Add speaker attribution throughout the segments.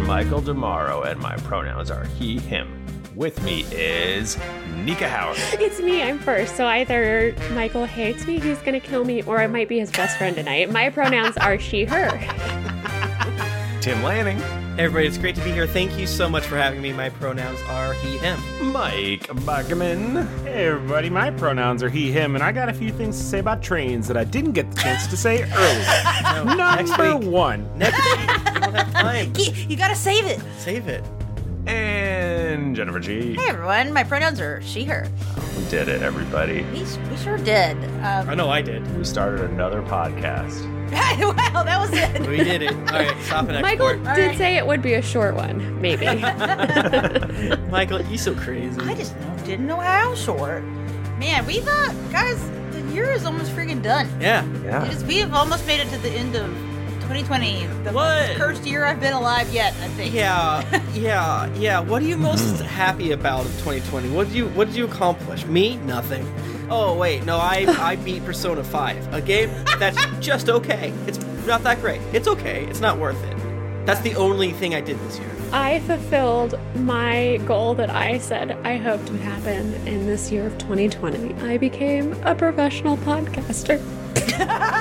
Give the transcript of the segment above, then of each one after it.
Speaker 1: Michael DeMauro, and my pronouns are he, him. With me is Nika Howard.
Speaker 2: It's me, I'm first. So either Michael hates me, he's gonna kill me, or I might be his best friend tonight. My pronouns are she, her.
Speaker 1: Tim Lanning.
Speaker 3: Everybody, it's great to be here. Thank you so much for having me. My pronouns are he, him.
Speaker 1: Mike Buckman.
Speaker 4: Hey everybody, my pronouns are he, him, and I got a few things to say about trains that I didn't get the chance to say earlier.
Speaker 3: next
Speaker 4: Number
Speaker 3: week.
Speaker 4: one,
Speaker 3: Next week, we don't have time.
Speaker 5: You, you gotta save it.
Speaker 3: Save it.
Speaker 1: And Jennifer G.
Speaker 5: Hey everyone, my pronouns are she, her.
Speaker 1: We did it, everybody.
Speaker 5: We, s- we sure did.
Speaker 3: I
Speaker 5: Um,
Speaker 3: know I did.
Speaker 1: We started another podcast.
Speaker 5: wow, that was it.
Speaker 3: We did it. All right, stop and
Speaker 2: Michael
Speaker 3: export.
Speaker 2: did
Speaker 5: right.
Speaker 2: say it would be a short one, maybe.
Speaker 3: Michael, you so crazy.
Speaker 5: I just didn't know how short. Man, we've uh, guys, the year is almost freaking done.
Speaker 3: Yeah.
Speaker 5: It
Speaker 1: Yeah.
Speaker 5: is, we've almost made it to the end of 2020, the
Speaker 3: What?
Speaker 5: most cursed year I've been alive yet. I think.
Speaker 3: Yeah, yeah, yeah. What are you most
Speaker 1: Mm-hmm.
Speaker 3: happy about of 2020? What did you What did you accomplish? Me, nothing. Oh wait, no, I I beat Persona 5, a game that's just okay. It's not that great. It's okay. It's not worth it. That's the only thing I did this year.
Speaker 2: I fulfilled my goal that I said I hoped would happen in this year of 2020. I became a professional podcaster.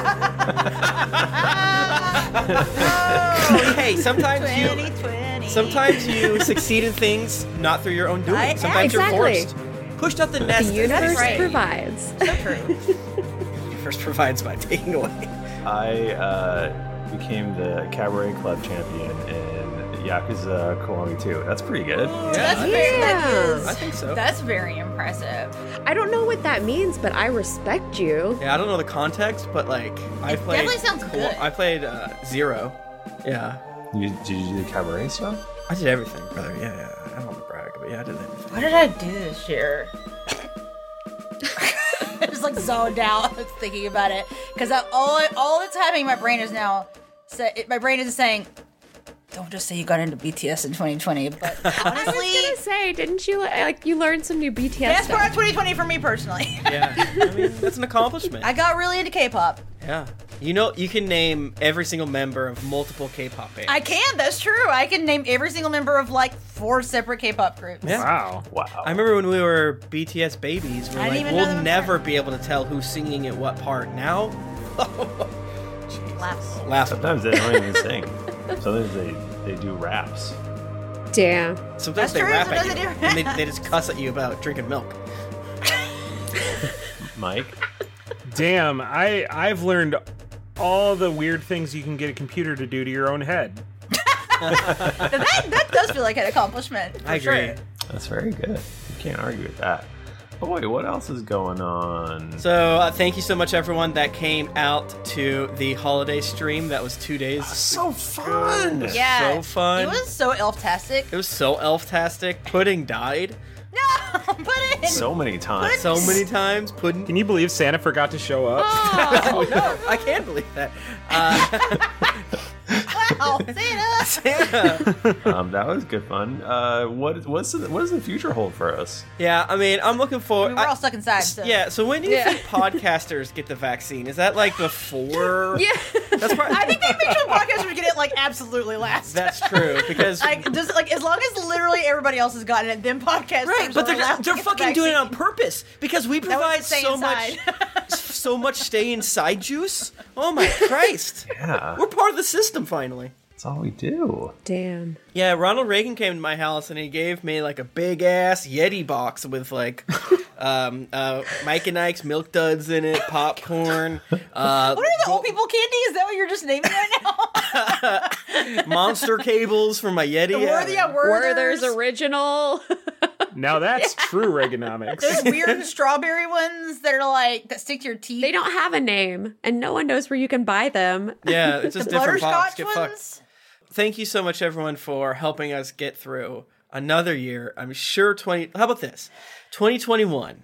Speaker 3: Oh, Hey, sometimes you
Speaker 5: 2020.
Speaker 3: sometimes you succeed in things not through your own doing.
Speaker 5: Right?
Speaker 3: Sometimes
Speaker 2: Exactly.
Speaker 3: you're forced. Pushed up the nest.
Speaker 2: The universe
Speaker 5: right.
Speaker 2: provides.
Speaker 5: So true.
Speaker 3: First provides by taking away.
Speaker 1: I uh, became the Cabaret Club champion in Yakuza Kiwami 2. That's pretty good.
Speaker 5: That's very, that is,
Speaker 3: I think so.
Speaker 5: That's very impressive.
Speaker 2: I don't know what that means, but I respect you.
Speaker 3: Yeah, I don't know the context, but like I
Speaker 5: It
Speaker 3: played.
Speaker 5: definitely sounds
Speaker 3: Kawa-
Speaker 5: good.
Speaker 3: I played uh, Zero. Yeah,
Speaker 1: You, did you do the cabaret stuff?
Speaker 3: I did everything, brother. Yeah, yeah. I don't want to brag, but yeah, I did everything.
Speaker 5: What did I do this year? I just like zoned out thinking about it because all all that's happening in my brain is now. So it, my brain is saying, "Don't just say you got into BTS in 2020." But
Speaker 2: I was gonna
Speaker 5: honestly,
Speaker 2: say, didn't you like you learned some new BTS
Speaker 5: best part of
Speaker 2: stuff?
Speaker 5: 2020 for me personally.
Speaker 3: Yeah, I mean that's an accomplishment.
Speaker 5: I got really into K-pop.
Speaker 3: yeah, you know you can name every single member of multiple K-pop bands.
Speaker 5: I can. That's true. I can name every single member of like four separate K-pop groups.
Speaker 3: Yeah.
Speaker 4: wow,
Speaker 1: Wow.
Speaker 3: I remember when we were BTS babies, we
Speaker 5: I didn't
Speaker 3: are like,
Speaker 5: even know
Speaker 3: we'll
Speaker 5: them
Speaker 3: never be able to tell who's singing at what part. Now, oh,
Speaker 5: Laps.
Speaker 3: laughable.
Speaker 1: Sometimes they don't even sing. Sometimes they, they do raps.
Speaker 2: Damn.
Speaker 5: That's
Speaker 3: Sometimes they
Speaker 5: true,
Speaker 3: rap
Speaker 5: sometimes
Speaker 3: at
Speaker 5: they
Speaker 3: you,
Speaker 5: do
Speaker 3: and they,
Speaker 5: rap.
Speaker 3: they just cuss at you about drinking milk.
Speaker 1: Mike?
Speaker 4: damn! I I've learned all the weird things you can get a computer to do to your own head.
Speaker 5: that, that does feel like an accomplishment. For
Speaker 3: I agree.
Speaker 5: Sure.
Speaker 1: That's very good. You can't argue with that. But wait, what else is going on?
Speaker 3: So uh, thank you so much, everyone that came out to the holiday stream. That was two
Speaker 5: Ah,
Speaker 3: days.
Speaker 1: so fun!
Speaker 5: Yeah.
Speaker 3: So fun.
Speaker 5: It was so elf-tastic.
Speaker 3: It was so elf-tastic. Pudding died
Speaker 5: No, put it.
Speaker 1: So many times.
Speaker 3: so many times. Pudding.
Speaker 4: Can you believe Santa forgot to show up?
Speaker 3: Oh, no, I can't believe that. Uh,
Speaker 5: wow, Santa.
Speaker 3: yeah.
Speaker 1: Um, that was good fun. Uh, what what's the, what does the future hold for us?
Speaker 3: yeah, I mean, I'm looking
Speaker 5: I
Speaker 3: for.
Speaker 5: mean, we're all stuck inside. So.
Speaker 3: yeah. So when do you
Speaker 2: Yeah.
Speaker 3: think podcasters get the vaccine? Is that like before?
Speaker 2: Yeah.
Speaker 3: That's probably.
Speaker 5: I think they make sure podcasters get it like absolutely last.
Speaker 3: that's true because.
Speaker 5: like just like as long as literally everybody else has gotten it, then podcasters.
Speaker 3: Right, but
Speaker 5: are
Speaker 3: they're
Speaker 5: allowed to
Speaker 3: they're
Speaker 5: get the
Speaker 3: fucking doing it on
Speaker 5: vaccine.
Speaker 3: purpose because we
Speaker 5: That was
Speaker 3: provide
Speaker 5: stay
Speaker 3: so
Speaker 5: inside.
Speaker 3: much so much stay inside juice. Oh my Christ.
Speaker 1: Yeah,
Speaker 3: We're part of the system finally.
Speaker 1: that's all we do.
Speaker 2: Damn.
Speaker 3: Yeah, Ronald Reagan came to my house and he gave me like a big ass Yeti box with like um, uh, Mike and Ike's milk duds in it, popcorn, uh,
Speaker 5: what are the old people candy? Is that what you're just naming right now?
Speaker 3: monster cables for my Yeti.
Speaker 5: Were- yeah,
Speaker 2: Werther's
Speaker 5: Werther's.
Speaker 2: original.
Speaker 4: Now that's true Reaganomics.
Speaker 5: Those weird strawberry ones that are like that stick to your teeth.
Speaker 2: they don't have a name, and no one knows where you can buy them.
Speaker 3: yeah, it's
Speaker 5: the
Speaker 3: just different box.
Speaker 5: butterscotch
Speaker 3: Get
Speaker 5: ones.
Speaker 3: fucked. Thank you so much, everyone, for helping us get through another year. I'm sure twenty. How about this? 2021.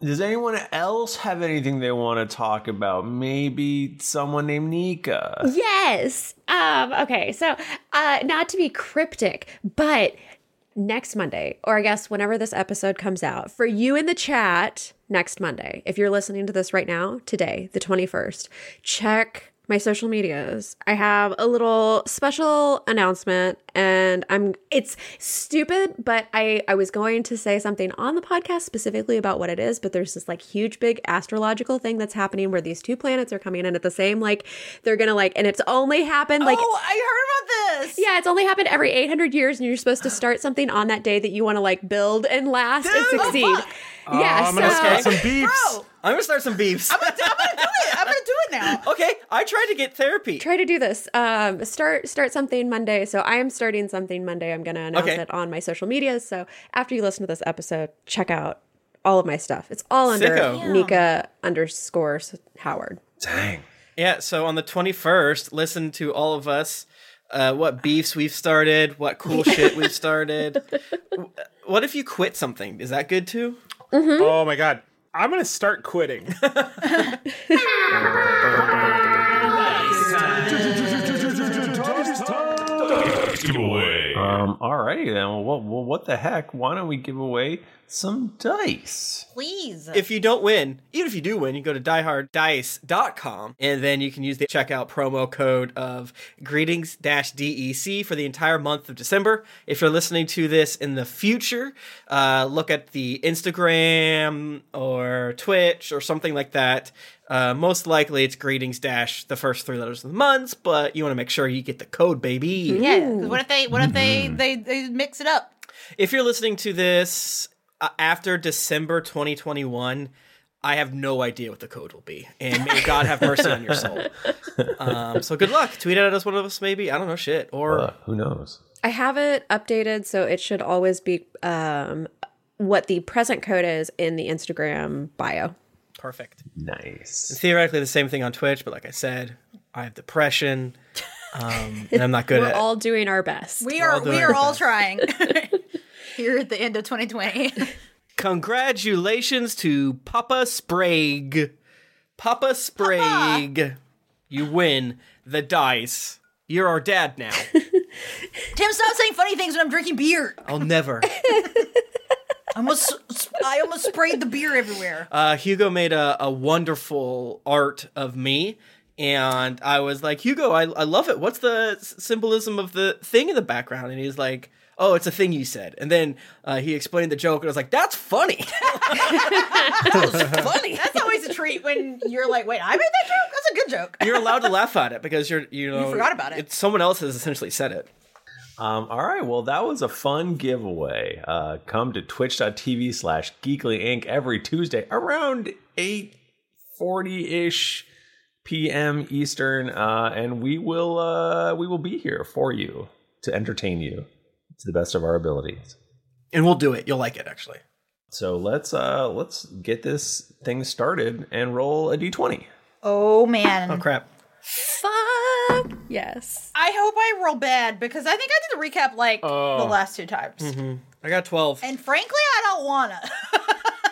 Speaker 1: Does anyone else have anything they want to talk about? Maybe someone named Nika.
Speaker 2: Yes. Um, okay. So, uh, not to be cryptic, but next Monday, or I guess whenever this episode comes out, for you in the chat next Monday, if you're listening to this right now, today, the 21st, check my social medias. I have a little special announcement and I'm it's stupid, but I I was going to say something on the podcast specifically about what it is, but there's this like huge big astrological thing that's happening where these two planets are coming in at the same like they're going to like and it's only happened like
Speaker 5: oh, I heard about this.
Speaker 2: yeah, it's only happened every 800 years and you're supposed to start something on that day that you want to like build and last and
Speaker 5: Dude,
Speaker 2: succeed.
Speaker 5: fuck. Oh,
Speaker 2: yeah,
Speaker 3: Oh,
Speaker 4: I'm gonna
Speaker 2: so
Speaker 4: start some beeps.
Speaker 5: Bro,
Speaker 3: I'm gonna start some beefs.
Speaker 5: I'm gonna, do- I'm gonna do it. I'm gonna do it now.
Speaker 3: okay, I tried to get therapy.
Speaker 2: try to do this. Um, start start something Monday. So I am starting something Monday. I'm gonna announce
Speaker 3: Okay.
Speaker 2: it on my social media. So after you listen to this episode, check out all of my stuff. It's all under
Speaker 3: Sicko.
Speaker 2: Nika underscore S- Howard.
Speaker 1: Dang.
Speaker 3: Yeah, so on the 21st, listen to all of us. Uh, what beefs we've started, what cool shit we've started. W- What if you quit something? Is that good too?
Speaker 4: Oh my god. I'm gonna start quitting.
Speaker 1: Um, alrighty then. Well, what, well, what the heck? Why don't we give away some dice?
Speaker 5: Please.
Speaker 3: If you don't win, even if you do win, you go to dieharddice.com and then you can use the checkout promo code of greetings DEC for the entire month of December. If you're listening to this in the future, uh, look at the Instagram or Twitch or something like that. Uh, most likely it's greetings dash the first three letters of the months, but you want to make sure you get the code, baby.
Speaker 5: yeah. 'cause What if they? What if they?
Speaker 3: Mm-hmm.
Speaker 5: They they mix it up.
Speaker 3: If you're listening to this uh, after December 2021, I have no idea what the code will be. And may God have mercy on your soul. Um, so good luck. Tweet it at us, one of us, maybe. I don't know, shit. Or
Speaker 1: Uh, who knows?
Speaker 2: I have it updated, so it should always be um, what the present code is in the Instagram bio.
Speaker 3: perfect.
Speaker 1: Nice.
Speaker 3: Theoretically, the same thing on Twitch, but like I said, I have depression. Um, and I'm not good
Speaker 2: We're
Speaker 3: at
Speaker 2: all doing our best.
Speaker 5: We are.
Speaker 3: doing
Speaker 5: We
Speaker 3: our
Speaker 5: are all trying. Here at the end of 2020.
Speaker 3: Congratulations to Papa Sprague. Papa Sprague. You win the dice. You're our dad now.
Speaker 5: Tim, stop saying funny things when I'm drinking beer.
Speaker 3: I'll never.
Speaker 5: I almost, I almost sprayed the beer everywhere.
Speaker 3: uh, Hugo made a, a wonderful art of me. And I was like, Hugo, I, I love it. What's the s- symbolism of the thing in the background? And he's like, Oh, it's a thing you said. And then uh, he explained the joke, and I was like, That's funny.
Speaker 5: funny. That's always a treat when you're like, wait, I made that joke. That's a good joke.
Speaker 3: you're allowed to laugh at it because you're, you know,
Speaker 5: forgot about it.
Speaker 3: It's, someone else has essentially said it.
Speaker 1: Um, all right. Well, that was a fun giveaway. Uh, come to twitch.tv slash geekly inc every Tuesday around 840 ish PM Eastern. Uh, and we will, uh, we will be here for you to entertain you to the best of our abilities.
Speaker 3: And we'll do it. You'll like it, actually.
Speaker 1: So let's, uh, let's get this thing started and roll a d20.
Speaker 5: Oh man.
Speaker 1: crap.
Speaker 5: Fuck yes. I hope I roll bad because I think I did the recap like
Speaker 4: Oh.
Speaker 5: the last two times.
Speaker 4: Mm-hmm. I got 12.
Speaker 5: And frankly, I don't wanna.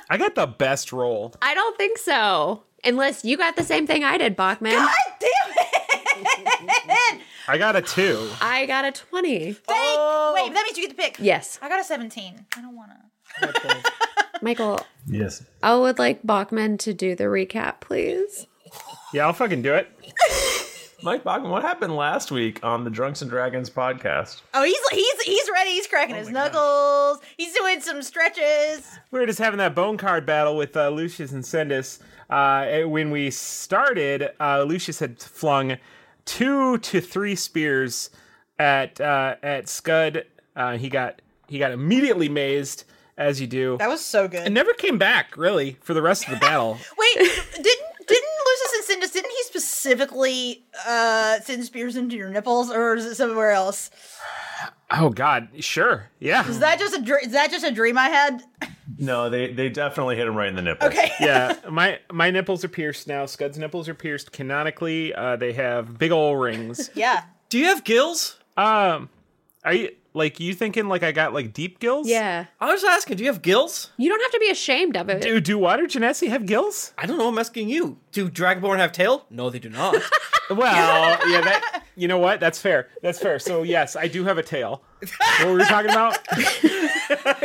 Speaker 4: I got the best roll.
Speaker 2: I don't think so. Unless you got the same thing I did, Bachman. God
Speaker 5: damn it!
Speaker 4: I got a two.
Speaker 2: I got a 20.
Speaker 5: Thank. Wait, that means you get the pick.
Speaker 2: Yes.
Speaker 5: I got a 17. I don't wanna.
Speaker 2: Michael,
Speaker 1: Yes.
Speaker 2: I would like Bachman to do the recap, please.
Speaker 1: Yeah, I'll fucking do it. Mike Bachman, what happened last week on the Drunks and Dragons podcast?
Speaker 5: Oh, he's he's he's ready. He's cracking his knuckles. He's doing some stretches.
Speaker 4: We were just having that bone card battle with uh, Lucius and Sendus. Uh, and when we started, uh, Lucius had flung two to three spears at uh, at Scud. Uh, he got he got immediately mazed, as you do.
Speaker 5: That was so good.
Speaker 4: And never came back really for the rest of the battle.
Speaker 5: Wait, didn't didn't Lucius and Cindus didn't he specifically uh send spears into your nipples or is it somewhere else?
Speaker 4: oh God, sure, yeah.
Speaker 5: Is that just a dr- is that just a dream I had?
Speaker 1: No, they they definitely hit him right in the nipples.
Speaker 5: Okay.
Speaker 4: yeah, my my nipples are pierced now. Scud's nipples are pierced canonically. Uh, they have big ol' rings.
Speaker 5: Yeah.
Speaker 4: Do you have gills? Um, are you like you thinking like I got like deep gills?
Speaker 2: Yeah.
Speaker 4: I was asking, do you have gills?
Speaker 2: You don't have to be ashamed of it.
Speaker 4: Do do water genasi have gills?
Speaker 3: I don't know. I'm asking you. Do Dragonborn have tail? No, they do not.
Speaker 4: well, yeah, that you know what? That's fair. That's fair. So yes, I do have a tail. What were we talking about?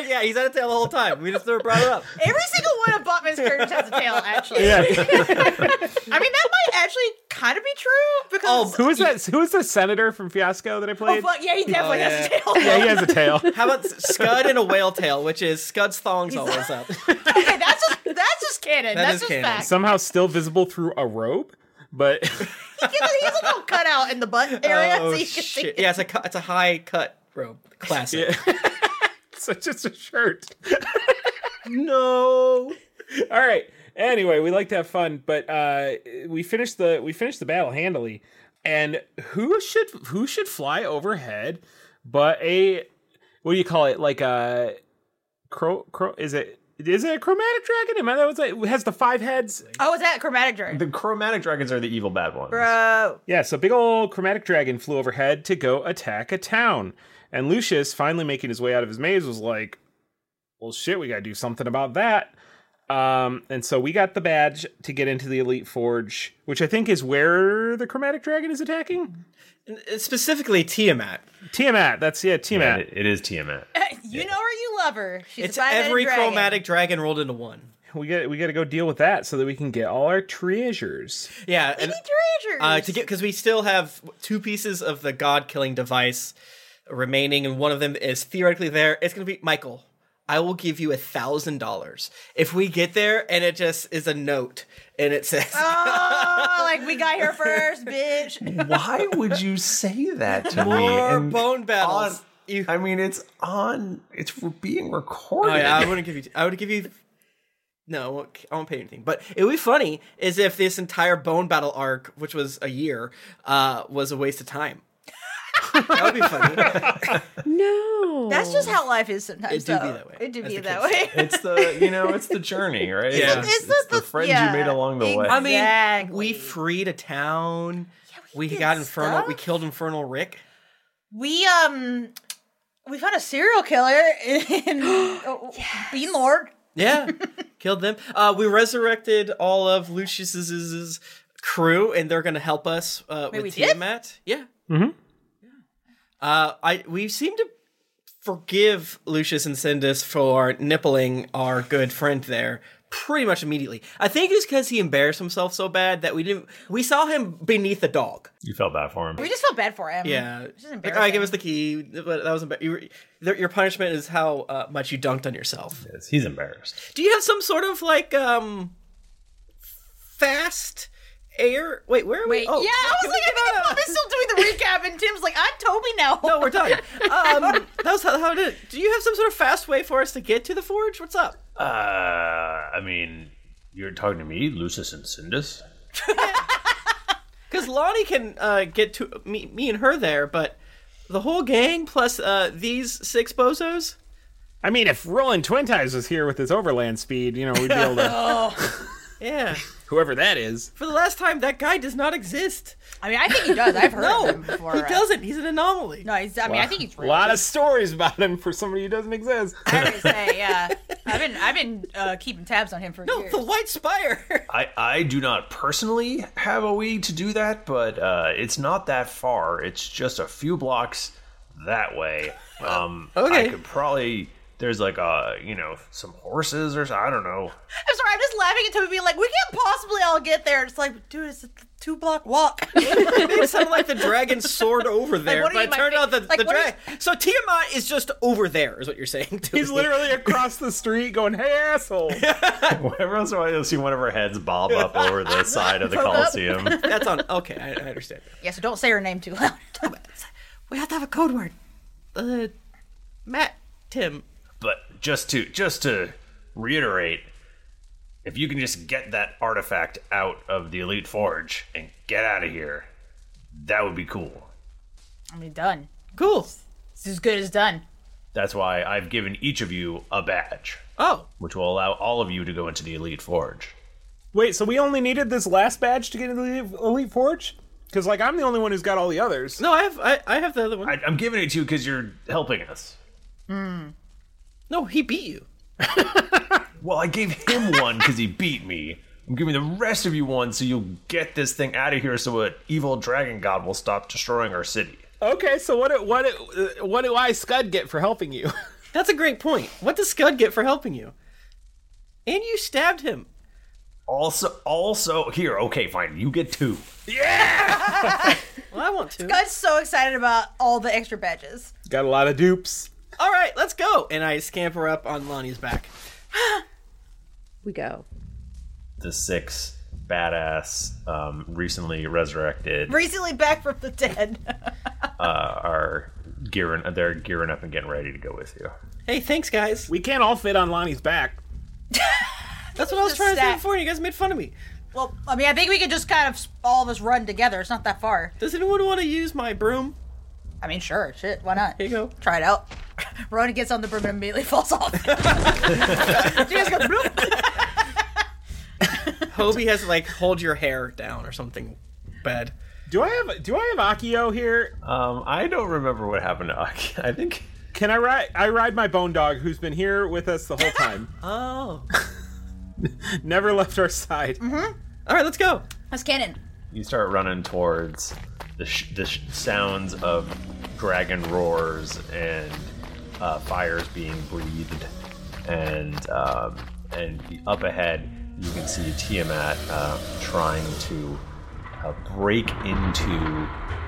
Speaker 3: yeah, he's had a tail the whole time. We just never brought it up.
Speaker 5: Every single one of Botman's characters has a tail, actually.
Speaker 4: Yeah.
Speaker 5: I mean, that might actually kind of be true because
Speaker 3: Oh,
Speaker 5: Oh,
Speaker 4: who is that? Who is the senator from Fiasco that I played?
Speaker 5: fuck, yeah, he definitely has a tail.
Speaker 4: Yeah, he has a tail.
Speaker 3: Oh, How about Scud and a whale tail, which is Scud's thongs always up.
Speaker 5: okay, that's just that's just canon.
Speaker 4: That
Speaker 5: that's
Speaker 4: is
Speaker 5: just fact.
Speaker 4: Somehow still visible through a robe, but
Speaker 5: He gets, he has a little cutout in the butt area, so you can see.
Speaker 3: Oh, shit. Yeah, it's a cu- it's a high cut robe. Classic.
Speaker 4: so it's just a shirt. no. All right. Anyway, we like to have fun, but uh, we finished the we finished the battle handily. And who should who should fly overhead? But a what do you call it? Like a cro, cro is it is it a chromatic dragon? Am I that was like has the five heads?
Speaker 5: Oh, is that chromatic dragon?
Speaker 1: The chromatic dragons are the evil bad ones.
Speaker 5: Bro.
Speaker 4: Yeah, so big old chromatic dragon flew overhead to go attack a town. And Lucius, finally making his way out of his maze, was like, well, shit, we gotta do something about that. Um, and so we got the badge to get into the Elite Forge, which I think is where the chromatic dragon is attacking?
Speaker 3: uh, Specifically Tiamat.
Speaker 4: Tiamat, that's, yeah, Tiamat.
Speaker 1: it is Tiamat.
Speaker 5: You know her, you love her. She's
Speaker 3: it's
Speaker 5: a five-headed
Speaker 3: every
Speaker 5: dragon.
Speaker 3: chromatic dragon rolled into one.
Speaker 4: We got we got to go deal with that so that we can get all our treasures.
Speaker 3: Yeah, and
Speaker 5: treasures.
Speaker 3: uh, to get because we still have two pieces of the god-killing device remaining, and one of them is theoretically there. It's gonna be Michael. I will give you a thousand dollars if we get there, and it just is a note, and it says,
Speaker 5: Oh, like we got here first, bitch.
Speaker 1: Why would you say that to me?
Speaker 3: More
Speaker 1: And
Speaker 3: bone battles.
Speaker 1: on- I mean, it's on. It's being
Speaker 3: "Oh
Speaker 1: recorded.
Speaker 3: yeah, I wouldn't give you. I would give you." No, I won't, I won't pay you anything. But it would be funny is if this entire bone battle arc, which was a year, uh, was a waste of time. that would be funny.
Speaker 2: No.
Speaker 5: That's just how life is sometimes.
Speaker 3: It do be
Speaker 5: though.
Speaker 3: that way,
Speaker 5: It do
Speaker 3: as
Speaker 5: be
Speaker 3: the
Speaker 5: that way.
Speaker 1: it's the you know, it's the journey, right?
Speaker 3: Yeah.
Speaker 1: it's,
Speaker 3: It's
Speaker 1: it's the, friends
Speaker 3: yeah,
Speaker 1: you made along the way.
Speaker 3: I mean, we freed a town. we got Infernal. We killed Infernal Rick.
Speaker 5: We um we found a serial killer in oh, Bean Lord.
Speaker 3: Yeah, killed them. Uh, we resurrected all of Lucius's crew, and they're going to help us uh,
Speaker 5: Wait,
Speaker 3: with
Speaker 5: we did?
Speaker 3: Tiamat. Yeah.
Speaker 1: Mm-hmm.
Speaker 4: Mhm.
Speaker 3: Uh, I we seem to forgive Lucius and Cindus for nippling our good friend there pretty much immediately. I think it's because he embarrassed himself so bad that we didn't. We saw him beneath the dog.
Speaker 1: You felt bad for him.
Speaker 5: We just felt bad for him.
Speaker 3: Yeah.
Speaker 5: It's just
Speaker 3: Like, all right, give us the key. But that was embar- you were, th- your punishment is how uh, much you dunked on yourself.
Speaker 1: Yes, he's embarrassed.
Speaker 3: Do you have some sort of like um fast air. Wait, where are we?
Speaker 5: Wait, yeah, I was like, I think I'm still doing the recap, and Tim's like, I totally know.
Speaker 3: No, we're done. Um, that was how, how did. Do you have some sort of fast way for us to get to the forge? What's up?
Speaker 1: Uh, I mean, you're talking to me, Lucius and Cindus.
Speaker 3: Because Lonnie can uh, get to me, me and her there, but the whole gang plus uh, these six bozos.
Speaker 4: I mean, if Roland Twinties was here with his overland speed, you know, we'd be able to.
Speaker 5: Oh.
Speaker 3: yeah.
Speaker 4: whoever that is.
Speaker 3: For the last time, that guy does not exist.
Speaker 5: I mean, I think he does. I've heard
Speaker 3: no,
Speaker 5: of him before.
Speaker 3: he doesn't. He's an anomaly.
Speaker 5: No, he's, I mean, I think he's
Speaker 4: a
Speaker 5: real.
Speaker 4: lot of stories about him for somebody who doesn't exist.
Speaker 5: say, yeah. I've been, I've been uh, keeping tabs on him for years.
Speaker 3: The White Spire.
Speaker 1: I, I do not personally have a way to do that, but uh, it's not that far. It's just a few blocks that way. Um,
Speaker 5: Okay.
Speaker 1: I could probably there's like uh you know some horses or s- I don't know.
Speaker 5: I'm sorry, I'm just laughing at Toby being like, we can't possibly all get there. It's like, dude, it's a two block walk.
Speaker 3: it sounded like the dragon soared over there,
Speaker 5: what are
Speaker 3: but
Speaker 5: you,
Speaker 3: it
Speaker 5: my
Speaker 3: turned
Speaker 5: fa-
Speaker 3: out the,
Speaker 5: like,
Speaker 3: the
Speaker 5: what
Speaker 3: dragon. So Tiamat is just over there, is what you're saying. To
Speaker 4: He's
Speaker 3: me.
Speaker 4: literally across the street going, hey, asshole.
Speaker 1: Every once in a while you'll see one of her heads bob up over the side of the
Speaker 5: Bob up.
Speaker 1: Coliseum.
Speaker 3: That's on. Okay, I, I understand.
Speaker 5: yeah, so don't say her name too loud.
Speaker 3: We have to have a code word. Uh, Matt, Tim.
Speaker 1: But just to just to reiterate, if you can just get that artifact out of the Elite Forge and get out of here, that would be cool.
Speaker 5: I mean, done.
Speaker 3: Cool.
Speaker 5: It's as good as done.
Speaker 1: That's why I've given each of you a badge.
Speaker 3: Oh.
Speaker 1: Which will allow all of you to go into the Elite Forge.
Speaker 4: Wait, so we only needed this last badge to get into the Elite Forge? Because, like, I'm the only one who's got all the others.
Speaker 3: No, I have I, I have the other one.
Speaker 1: I, I'm giving it to you because you're helping us.
Speaker 4: Hmm.
Speaker 3: No, he beat you.
Speaker 1: Well, I gave him one because he beat me. I'm giving the rest of you one so you'll get this thing out of here so an evil dragon god will stop destroying our city.
Speaker 4: Okay, so what do- what do- uh, what do I Scud get for helping you?
Speaker 3: That's a great point. What does Scud get for helping you? And you stabbed him.
Speaker 1: Also, also here. Okay, fine. You get two.
Speaker 3: Well, I want to.
Speaker 5: God's so excited about all the extra badges.
Speaker 4: Got a lot of dupes.
Speaker 3: All right, let's go. Oh, And I scamper up on Lonnie's back.
Speaker 2: we go.
Speaker 1: The six badass, um, recently resurrected,
Speaker 5: Recently back from the dead.
Speaker 1: uh, are gearing. They're gearing up and getting ready to go with you.
Speaker 3: Hey, thanks, guys.
Speaker 4: We can't all fit on Lonnie's back.
Speaker 3: That's what I was
Speaker 5: Just
Speaker 3: trying to say
Speaker 5: stack.
Speaker 3: before. and You guys made fun of me.
Speaker 5: Well, I mean, I think we could just kind of s- all of us run together. It's not that far.
Speaker 3: Does anyone want to use my broom?
Speaker 5: I mean, sure, shit, why not?
Speaker 3: Here you go.
Speaker 5: Try it out. Rona gets on the broom and immediately falls off. she just goes, "Bloop."
Speaker 3: Hobie has like hold your hair down or something bad.
Speaker 4: Do I have do I have Akio here?
Speaker 1: Um, I don't remember what happened to Aki. I think
Speaker 4: Can I ride I ride my bone dog who's been here with us the whole time.
Speaker 3: Oh.
Speaker 4: Never left our side.
Speaker 5: Mm-hmm.
Speaker 3: All right, let's go.
Speaker 5: That's canon.
Speaker 1: you start running towards the, sh- the sh- sounds of dragon roars and uh, fires being breathed, and um, and up ahead you can see Tiamat uh, trying to uh, break into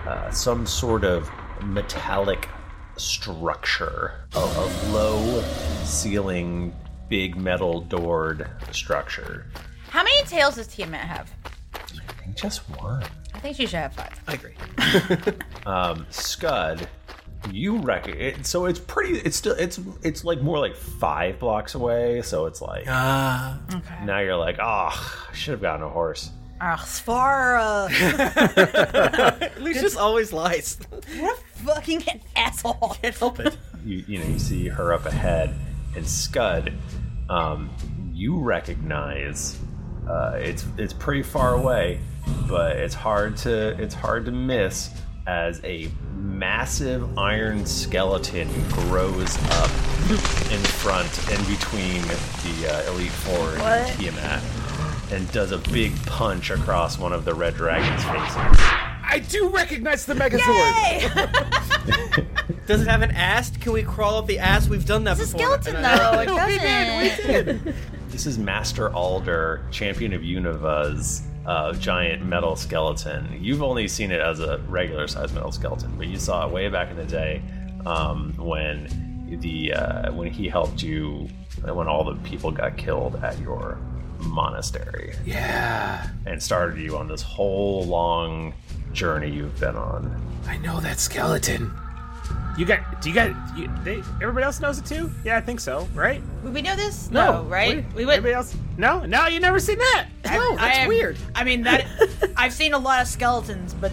Speaker 1: uh, some sort of metallic structure, a, a low ceiling, big metal doored structure.
Speaker 5: How many tails does Tiamat have?
Speaker 1: I think just one.
Speaker 5: I think she should have five.
Speaker 3: I agree.
Speaker 1: um, Scud, you reckon? It, so it's pretty. It's still. It's it's like more like five blocks away. So it's like
Speaker 3: Ah.
Speaker 1: now you're like, ah, I should have gotten a horse.
Speaker 5: Ah, Svara.
Speaker 3: Lucius always lies.
Speaker 5: what a fucking asshole.
Speaker 3: Help it.
Speaker 1: You you know you see her up ahead, and Scud, um, you recognize. Uh, it's it's pretty far away, but it's hard to it's hard to miss as a massive iron skeleton grows up in front and between the uh, Elite Four
Speaker 5: What?
Speaker 1: and Tiamat and does a big punch across one of the Red Dragon's faces.
Speaker 4: I do recognize the Megazord.
Speaker 5: Yay!
Speaker 3: Does it have an ass? Can we crawl up the ass? We've done that
Speaker 5: It's a
Speaker 3: before.
Speaker 5: skeleton,
Speaker 3: And I-
Speaker 5: though. It doesn't.
Speaker 1: This is Master Alder, champion of Univa's uh, giant metal skeleton. You've only seen it as a regular sized metal skeleton, but you saw it way back in the day um, when the uh, when he helped you, when all the people got killed at your monastery.
Speaker 4: Yeah.
Speaker 1: And started you on this whole long journey you've been on.
Speaker 4: I know that skeleton. You got? Do you got? You, they, everybody else knows it too? Yeah, I think so. Right?
Speaker 5: Would we know this?
Speaker 4: No,
Speaker 5: right?
Speaker 4: We, would. Everybody else? No, no, you never seen that.
Speaker 5: No, that's weird. I mean, that I've seen a lot of skeletons, but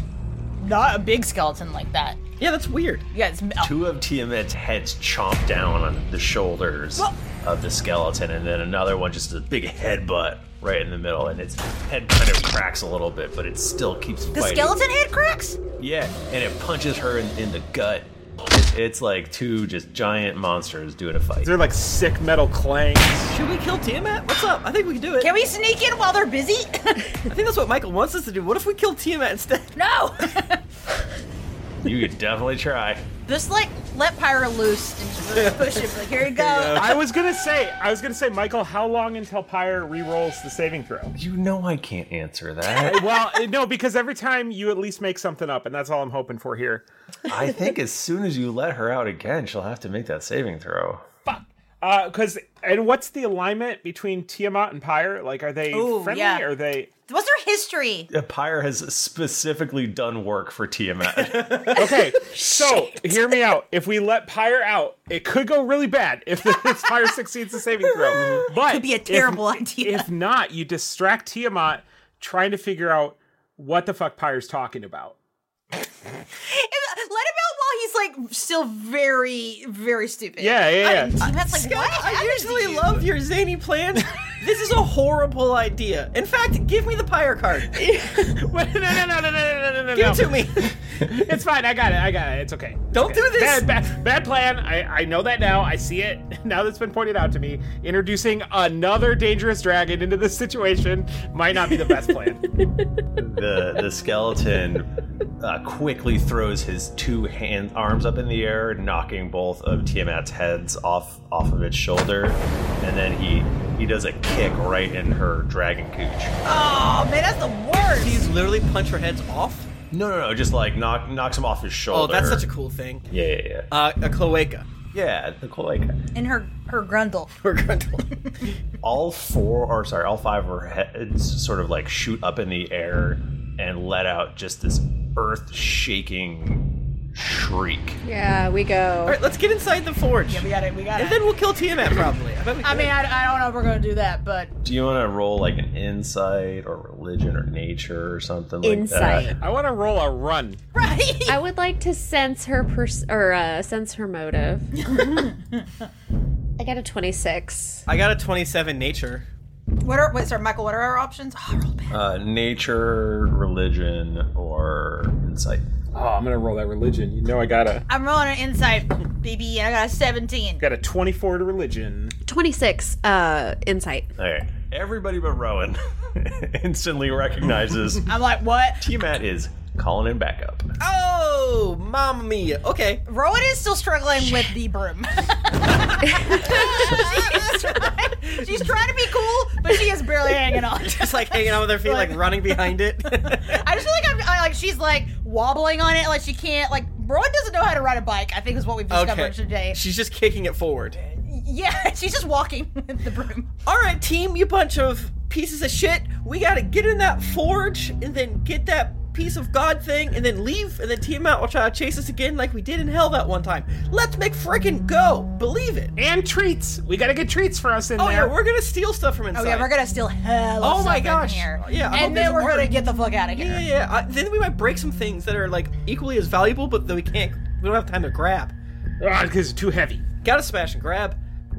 Speaker 5: not a big skeleton like that.
Speaker 3: Yeah, that's weird.
Speaker 5: Yeah, it's
Speaker 1: Two of Tiamat's heads chomp down on the shoulders
Speaker 5: Well-
Speaker 1: of the skeleton, and then another one just a big headbutt right in the middle, and its head kind of cracks a little bit, but it still keeps
Speaker 5: the
Speaker 1: fighting.
Speaker 5: skeleton head cracks.
Speaker 1: Yeah, and it punches her in, in the gut. It's, it's like two just giant monsters doing a fight.
Speaker 4: They're like sick metal clangs.
Speaker 3: Should we kill Tiamat? What's up? I think we can do it.
Speaker 5: Can we sneak in while they're busy? I
Speaker 3: think that's what Michael wants us to do. What if we kill Tiamat instead?
Speaker 5: No.
Speaker 1: You could definitely try.
Speaker 5: oh, Just like let Pyro loose and just really push him. Like here you go.
Speaker 4: I was gonna say, I was gonna say, Michael, how long until Pyre re-rolls the saving throw?
Speaker 1: You know I can't answer that.
Speaker 4: Uh, well, uh, no, because every time you at least make something up, and that's all I'm hoping for here.
Speaker 1: I think as soon as you let her out again, she'll have to make that saving throw.
Speaker 4: Because Uh, and what's the alignment between Tiamat and Pyre? Like, are they
Speaker 5: Ooh,
Speaker 4: friendly?
Speaker 5: yeah.
Speaker 4: Are they?
Speaker 5: What's their history?
Speaker 1: Pyre has specifically done work for Tiamat.
Speaker 4: Okay, so hear me out. If we let Pyre out, it could go really bad if, if Pyre succeeds the saving throw. But
Speaker 5: Could be a
Speaker 4: if-
Speaker 5: terrible idea.
Speaker 4: If not, you distract Tiamat trying to figure out what the fuck Pyre's talking about.
Speaker 5: Let him out while he's like still very, very stupid.
Speaker 4: Yeah, yeah,
Speaker 5: I
Speaker 4: yeah.
Speaker 5: mean, Tiamat's like,
Speaker 3: Scott,
Speaker 5: what
Speaker 3: I
Speaker 5: happened to
Speaker 3: usually
Speaker 5: you?
Speaker 3: love your zany plans. this is a horrible idea. In fact, give me the pyre card.
Speaker 4: Wait, no, no, no, no, no, no, no, no.
Speaker 3: Give it to me.
Speaker 4: It's fine. I got it. I got it. It's okay. It's
Speaker 3: Don't
Speaker 4: okay.
Speaker 3: do this.
Speaker 4: Bad, bad, bad plan. I, I know that now. I see it now that's been pointed out to me. Introducing another dangerous dragon into this situation might not be the best plan.
Speaker 1: the the skeleton uh, quickly throws his two hand arms up in the air, knocking both of Tiamat's heads off off of its shoulder, and then he he does a kick right in her dragon cooch.
Speaker 5: Oh man, that's the worst.
Speaker 3: He's literally punched her heads off.
Speaker 1: No, no, no, just like knock knocks him off his
Speaker 3: Oh,
Speaker 1: shoulder.
Speaker 3: that's such a cool thing.
Speaker 1: yeah, yeah, yeah.
Speaker 3: Uh, a cloaca.
Speaker 1: Yeah, the cloaca.
Speaker 5: In her her grundle.
Speaker 3: Her grundle.
Speaker 1: all four or sorry all five of her heads sort of like shoot up in the air and let out just this earth shaking shriek
Speaker 2: Yeah, we
Speaker 3: All
Speaker 2: go.
Speaker 3: right, let's get inside the forge. Yeah,
Speaker 5: we got it. We got
Speaker 3: And then we'll kill Tiamat probably. I bet we
Speaker 5: I
Speaker 3: can.
Speaker 5: mean, I, I don't know if we're gonna do that, but
Speaker 1: do you want to roll like an insight or religion or nature or something like
Speaker 2: Insight.
Speaker 1: that
Speaker 4: I want to roll a run.
Speaker 2: I would like to sense her pers- or uh, sense her motive. I got a twenty-six.
Speaker 3: I got a 27 nature.
Speaker 5: what are wait, sorry, Michael? What are our options? Oh, roll bad.
Speaker 1: uh, nature religion or insight
Speaker 4: Oh, I'm gonna roll that religion. You know, I got a
Speaker 5: I'm rolling an insight, BB, and I got a 17.
Speaker 4: got a 24 to religion.
Speaker 2: Twenty-six. Uh, insight.
Speaker 1: okay everybody but rowan instantly recognizes
Speaker 5: I'm like, what?
Speaker 1: t-mat is calling in backup
Speaker 3: Oh, mamma mia. Okay.
Speaker 5: Rowan is still struggling with the broom. she's, trying, she's trying to be cool, but she is barely hanging on.
Speaker 3: Just like hanging out with her feet, like running behind it.
Speaker 5: I just feel like I'm I, like she's like wobbling on it, like she can't like. Rowan doesn't know how to ride a bike. I think is what we've discovered
Speaker 3: okay.
Speaker 5: today.
Speaker 3: She's just kicking it forward.
Speaker 5: yeah, she's just walking with the broom.
Speaker 3: All right, team, you bunch of pieces of shit. We gotta get in that forge and then get that piece of god thing and then leave and then Tiamat will try to chase us again like we did in hell that one time. Let's make frickin' go. Believe it.
Speaker 4: And treats. We gotta get treats for us in
Speaker 3: Oh
Speaker 4: there.
Speaker 3: yeah, we're gonna steal stuff from inside.
Speaker 5: Oh yeah, we're gonna steal hell.
Speaker 3: Oh my gosh.
Speaker 5: in here.
Speaker 3: Yeah, I hope
Speaker 5: and then
Speaker 3: there's
Speaker 5: we're
Speaker 3: more.
Speaker 5: gonna get the fuck out of here.
Speaker 3: Yeah, yeah, yeah. I, then we might break some things that are like equally as valuable, but that we can't. We don't have time to grab.
Speaker 4: because Ah, it's too heavy.
Speaker 3: Gotta smash and grab. All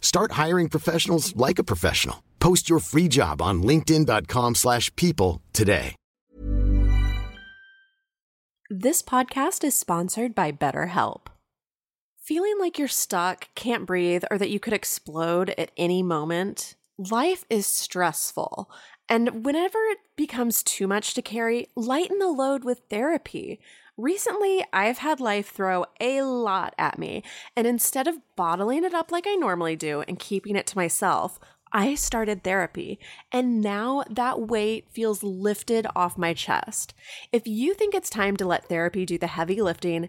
Speaker 6: Start hiring professionals like a professional. Post your free job on linkedin.com/people slash people today.
Speaker 7: This podcast is sponsored by BetterHelp. Feeling like you're stuck, can't breathe, or that you could explode at any moment? Life is stressful, And whenever it becomes too much to carry, lighten the load with therapy. Recently, I've had life throw a lot at me, and instead of bottling it up like I normally do and keeping it to myself, I started therapy, and now that weight feels lifted off my chest. If you think it's time to let therapy do the heavy lifting,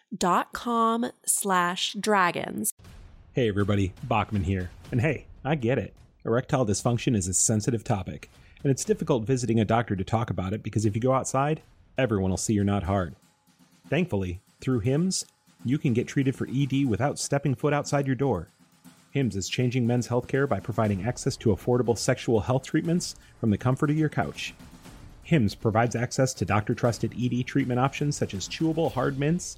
Speaker 7: betterhelp.com slash dragons.
Speaker 4: Hey, everybody, Bachman here. And hey, I get it. Erectile dysfunction is a sensitive topic, and it's difficult visiting a doctor to talk about it because if you go outside, everyone will see you're not hard. Thankfully, through HIMS, you can get treated for ED without stepping foot outside your door. HIMS is changing men's healthcare by providing access to affordable sexual health treatments from the comfort of your couch. HIMS provides access to doctor trusted ED treatment options such as chewable hard mints,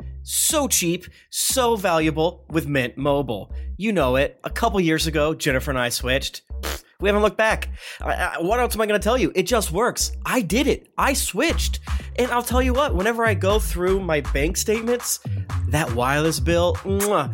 Speaker 3: so cheap, so valuable with Mint Mobile. You know it. A couple years ago, Jennifer and I switched. Pfft, we haven't looked back. I, I- what else am I going to tell you? It just works. I did it. I switched. And I'll tell you what, whenever I go through my bank statements, that wireless bill, mwah,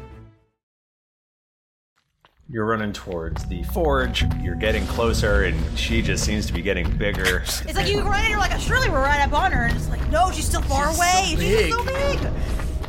Speaker 1: You're running towards the forge. You're getting closer, and she just seems to be getting bigger.
Speaker 5: It's like you run in, you're like, surely we're right up on her. And it's like, no, she's still far away. she's so big.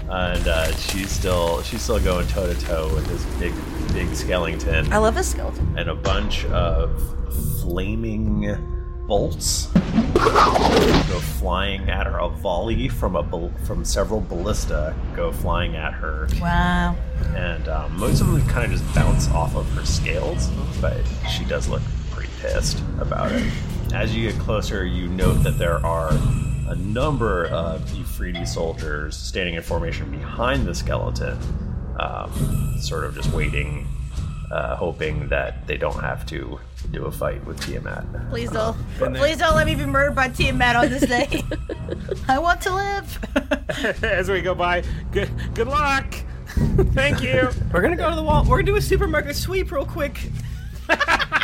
Speaker 1: and uh, she's still she's still going toe to toe with this big big skeleton.
Speaker 5: I love this skeleton.
Speaker 1: and a bunch of flaming bolts go flying at her. A volley from a bal- from several ballista go flying at her,
Speaker 5: Wow.
Speaker 1: and um, most of them kind of just bounce off of her scales. But she does look pretty pissed about it. As you get closer, you note that there are a number of Ifriti soldiers standing in formation behind the skeleton, um, sort of just waiting uh, hoping that they don't have to do a fight with Tiamat.
Speaker 5: Please don't.
Speaker 1: Been there.
Speaker 5: Please don't let me be murdered by Tiamat on this day. I want to live.
Speaker 4: As we go by, good good luck. Thank you.
Speaker 3: We're gonna go to the wall. We're gonna do a supermarket sweep real quick.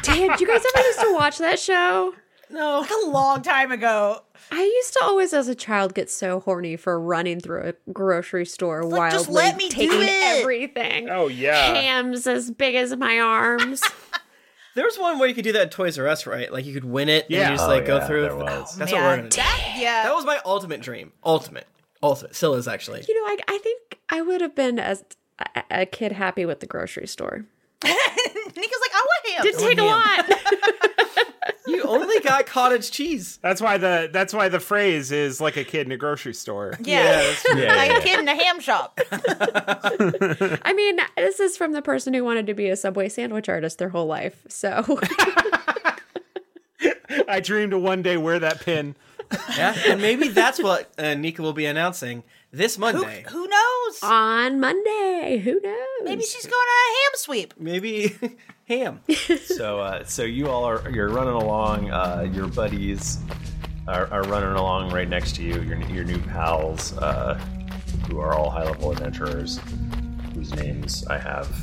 Speaker 2: Damn, you guys ever used to watch that show?
Speaker 5: No, like a long time ago.
Speaker 2: I used to always, as a child, get so horny for running through a grocery store wildly,
Speaker 5: just let me do
Speaker 2: taking
Speaker 5: it.
Speaker 2: everything.
Speaker 4: Oh yeah.
Speaker 2: hams as big as my arms.
Speaker 3: There was one way you could do that at Toys R Us, right? Like you could win it and
Speaker 4: Yeah.
Speaker 3: you
Speaker 4: Oh,
Speaker 3: just like go
Speaker 4: yeah,
Speaker 3: through.
Speaker 4: there was.
Speaker 3: That's
Speaker 2: Oh,
Speaker 3: what we're
Speaker 2: man.
Speaker 3: gonna do. That, yeah. That was my ultimate dream. Ultimate. Ultimate. Still is actually.
Speaker 2: you know, I, I think I would have been as a, a kid happy with the grocery store.
Speaker 5: Nika's like, I want him.
Speaker 2: Didn't take a lot.
Speaker 3: you only got cottage cheese.
Speaker 4: That's why the that's why the phrase is like a kid in a grocery store.
Speaker 5: Yeah.
Speaker 4: Yeah,
Speaker 5: like
Speaker 4: yeah.
Speaker 5: a kid in a ham shop.
Speaker 2: I mean, this is from the person who wanted to be a Subway sandwich artist their whole life. So
Speaker 4: I dreamed of one day wear that pin.
Speaker 3: Yeah. And maybe that's what uh, Nika will be announcing this Monday.
Speaker 5: Who knows?
Speaker 2: on Monday, who knows?
Speaker 5: Maybe she's going on a ham sweep.
Speaker 3: Maybe ham.
Speaker 1: so uh, so you all are you're running along. Uh, your buddies are, are running along right next to you. Your your new pals, uh, who are all high level adventurers, whose names I have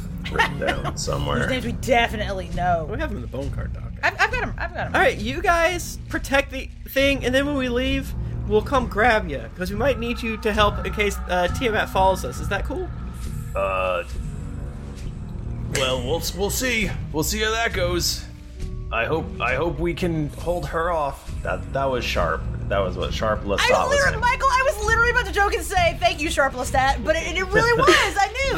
Speaker 1: written down
Speaker 5: These
Speaker 1: somewhere.
Speaker 5: names we definitely know. We
Speaker 3: have them in the bone card doc.
Speaker 5: I've, I've got him. I've got him.
Speaker 3: All right, you guys protect the thing, and then when we leave, we'll come grab you because we might need you to help in case uh, Tiamat follows us. Is that cool?
Speaker 8: Uh, well, we'll we'll see. We'll see how that goes.
Speaker 1: I hope I hope we can hold her off. That that was sharp. That was what sharp
Speaker 5: I
Speaker 1: Lestat
Speaker 5: was
Speaker 1: was.
Speaker 5: literally,
Speaker 1: saying.
Speaker 5: Michael, I was literally about to joke and say, thank you, Sharp Lestat, but it, it really was. I knew.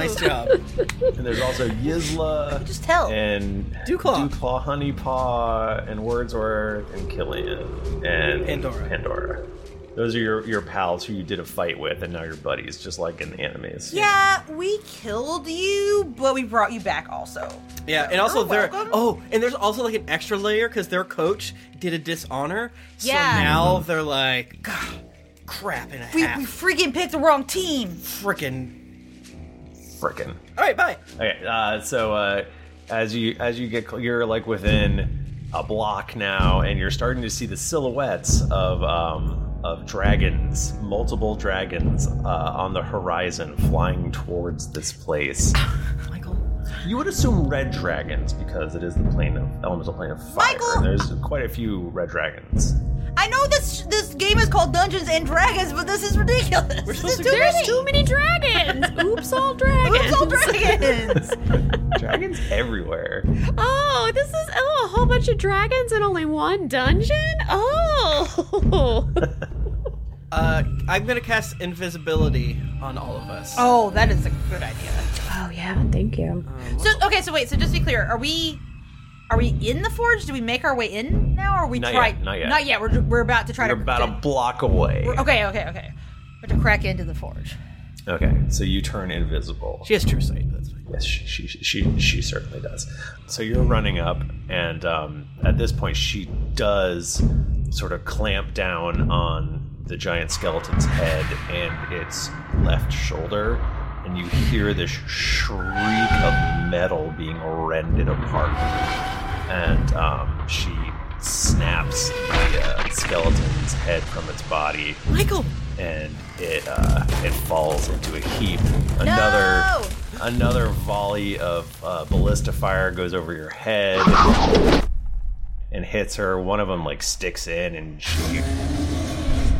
Speaker 1: And there's also Yizla.
Speaker 5: Just tell.
Speaker 1: And Dewclaw. Dewclaw, Honeypaw, and Wordsworth, and Killian, and Pandora. Pandora. Those are your, your pals who you did a fight with, and now your buddies, just like in the animes.
Speaker 5: Yeah, we killed you, but we brought you back also.
Speaker 3: Yeah, and also there. Oh, and there's also like an extra layer because their coach did a dishonor.
Speaker 5: Yeah.
Speaker 3: So now they're like, God, crap in a
Speaker 5: We,
Speaker 3: half.
Speaker 5: we freaking picked the wrong team.
Speaker 3: Freaking.
Speaker 1: Frickin'.
Speaker 3: All right, bye.
Speaker 1: Okay, uh, so uh, as you as you get cl- you're like within a block now, and you're starting to see the silhouettes of um, of dragons, multiple dragons uh, on the horizon, flying towards this place. Michael, you would assume red dragons because it is the plane of elemental plane of fire.
Speaker 5: Michael!
Speaker 1: and there's quite a few red dragons.
Speaker 5: I know this this game is called Dungeons and Dragons, but this is ridiculous. this is too
Speaker 2: There's
Speaker 5: many.
Speaker 2: too many dragons. Oops, all dragons.
Speaker 5: Oops, all dragons.
Speaker 1: dragons everywhere.
Speaker 2: oh, this is oh, a whole bunch of dragons in only one dungeon. Oh,
Speaker 3: Uh, I'm gonna cast invisibility on all of us.
Speaker 5: Oh, that is a good idea.
Speaker 2: Oh yeah, thank you.
Speaker 5: So okay, so wait, so just to be clear, are we are we in the forge? Do we make our way in now? Or are we
Speaker 1: Not
Speaker 5: try
Speaker 1: yet, not yet.
Speaker 5: Not yet. We're, we're about to try
Speaker 1: You're
Speaker 5: to
Speaker 1: about a block away.
Speaker 5: we're- oh. Okay, okay, okay. We're to crack into the forge.
Speaker 1: Okay, so you turn invisible. She
Speaker 3: has true sight. That's fine.
Speaker 1: Yes, she she, she she certainly does. So you're running up, and um, at this point, she does sort of clamp down on the giant skeleton's head and its left shoulder, and you hear this shriek of metal being rended apart, and um, she snaps the uh, skeleton's head from its body.
Speaker 3: Michael.
Speaker 1: And it uh, it falls into a heap. Another another volley of uh, ballista fire goes over your head and hits her. One of them like sticks in, and she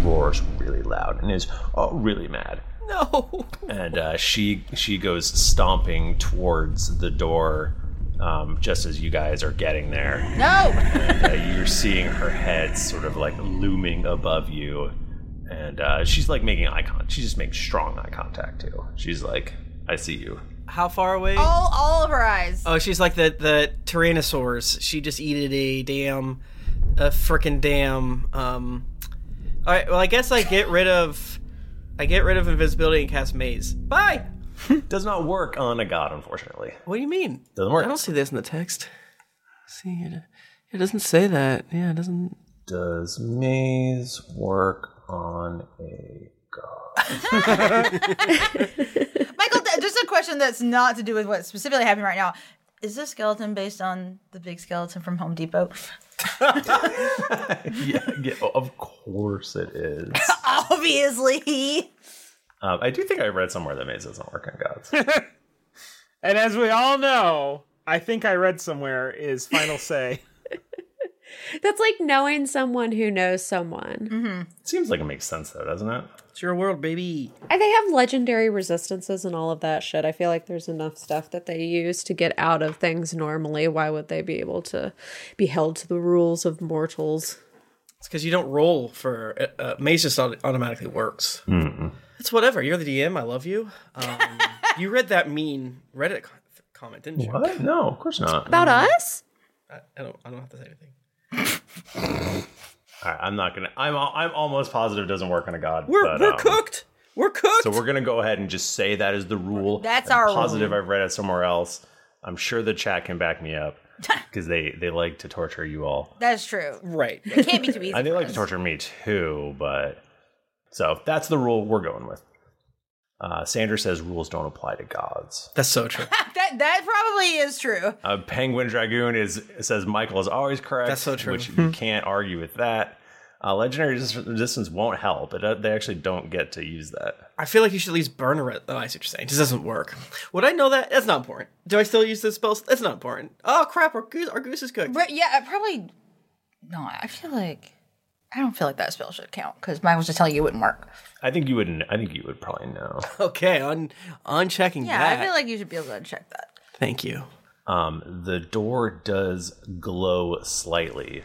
Speaker 1: roars really loud and is oh, really mad.
Speaker 3: No.
Speaker 1: And uh, she she goes stomping towards the door, um, just as you guys are getting there
Speaker 5: No.
Speaker 1: and uh, you're seeing her head sort of like looming above you and uh, she's like making eye contact she just makes strong eye contact too she's like i see you
Speaker 3: How far away?
Speaker 5: All all of our eyes.
Speaker 3: Oh, she's like the the Tyrannosaurs. She just eated a damn, a frickin' damn. Um, all right. Well, I guess I get rid of, I get rid of invisibility and cast maze. Bye.
Speaker 1: does not work on a god unfortunately
Speaker 3: What do you mean?
Speaker 1: doesn't work
Speaker 3: I don't see this in the text. See, it, it doesn't say that. Yeah, it doesn't.
Speaker 1: does maze work on a
Speaker 5: Michael, th- just a question that's not to do with what's specifically happening right now. Is this skeleton based on the big skeleton from Home Depot?
Speaker 1: yeah, yeah, of course it is.
Speaker 5: Obviously.
Speaker 1: Um, I do think I read somewhere that Maze doesn't work on gods.
Speaker 4: And as we all know, I think I read somewhere is final say.
Speaker 2: That's like knowing someone who knows someone. Mm-hmm.
Speaker 1: Seems like it makes sense though, doesn't it?
Speaker 3: It's your world, baby.
Speaker 2: And they have legendary resistances and all of that shit. I feel like there's enough stuff that they use to get out of things normally. Why would they be able to be held to the rules of mortals?
Speaker 3: It's because you don't roll for uh, uh, maze just auto- automatically works. It's whatever. You're the DM. I love you. Um, you read that mean Reddit co- comment, didn't you?
Speaker 1: What? No, of course not. Mm.
Speaker 2: About us?
Speaker 3: I, I don't. I don't have to say anything.
Speaker 1: All right, I'm not gonna. I'm al- I'm almost positive it doesn't work on a god.
Speaker 3: We're
Speaker 1: but,
Speaker 3: we're
Speaker 1: um,
Speaker 3: cooked. We're cooked.
Speaker 1: So we're gonna go ahead and just say that is the rule.
Speaker 5: That's
Speaker 1: I'm
Speaker 5: our
Speaker 1: positive.
Speaker 5: rule.
Speaker 1: I've read it somewhere else. I'm sure the chat can back me up because they they like to torture you all.
Speaker 5: That's true.
Speaker 3: Right.
Speaker 5: It can't be too easy.
Speaker 1: And they
Speaker 5: for
Speaker 1: like
Speaker 5: us.
Speaker 1: to torture me too, but so that's the rule we're going with. Uh, Sandra says rules don't apply to gods.
Speaker 3: That's so true.
Speaker 5: That that probably is true.
Speaker 1: Uh, Penguin Dragoon is says Michael is always correct. That's so true. Which
Speaker 3: Hmm.
Speaker 1: you can't argue with that. Uh, legendary res- resistance won't help. It, uh, they actually don't get to use that.
Speaker 3: I feel like you should at least burn a red. Oh, I see what you're saying. It just doesn't work. Would I know that? That's not important. Do I still use this spell? That's not important. Oh crap! Our goose, our goose is cooked.
Speaker 5: But yeah, I probably. No, I feel like I don't feel like that spell should count because mine was just telling you it wouldn't work.
Speaker 1: I think you would. kn- I think you would probably know.
Speaker 3: Okay, on unchecking
Speaker 5: Yeah,
Speaker 3: that.
Speaker 5: I feel like you should be able to check that.
Speaker 3: Thank you.
Speaker 1: Um, the door does glow slightly.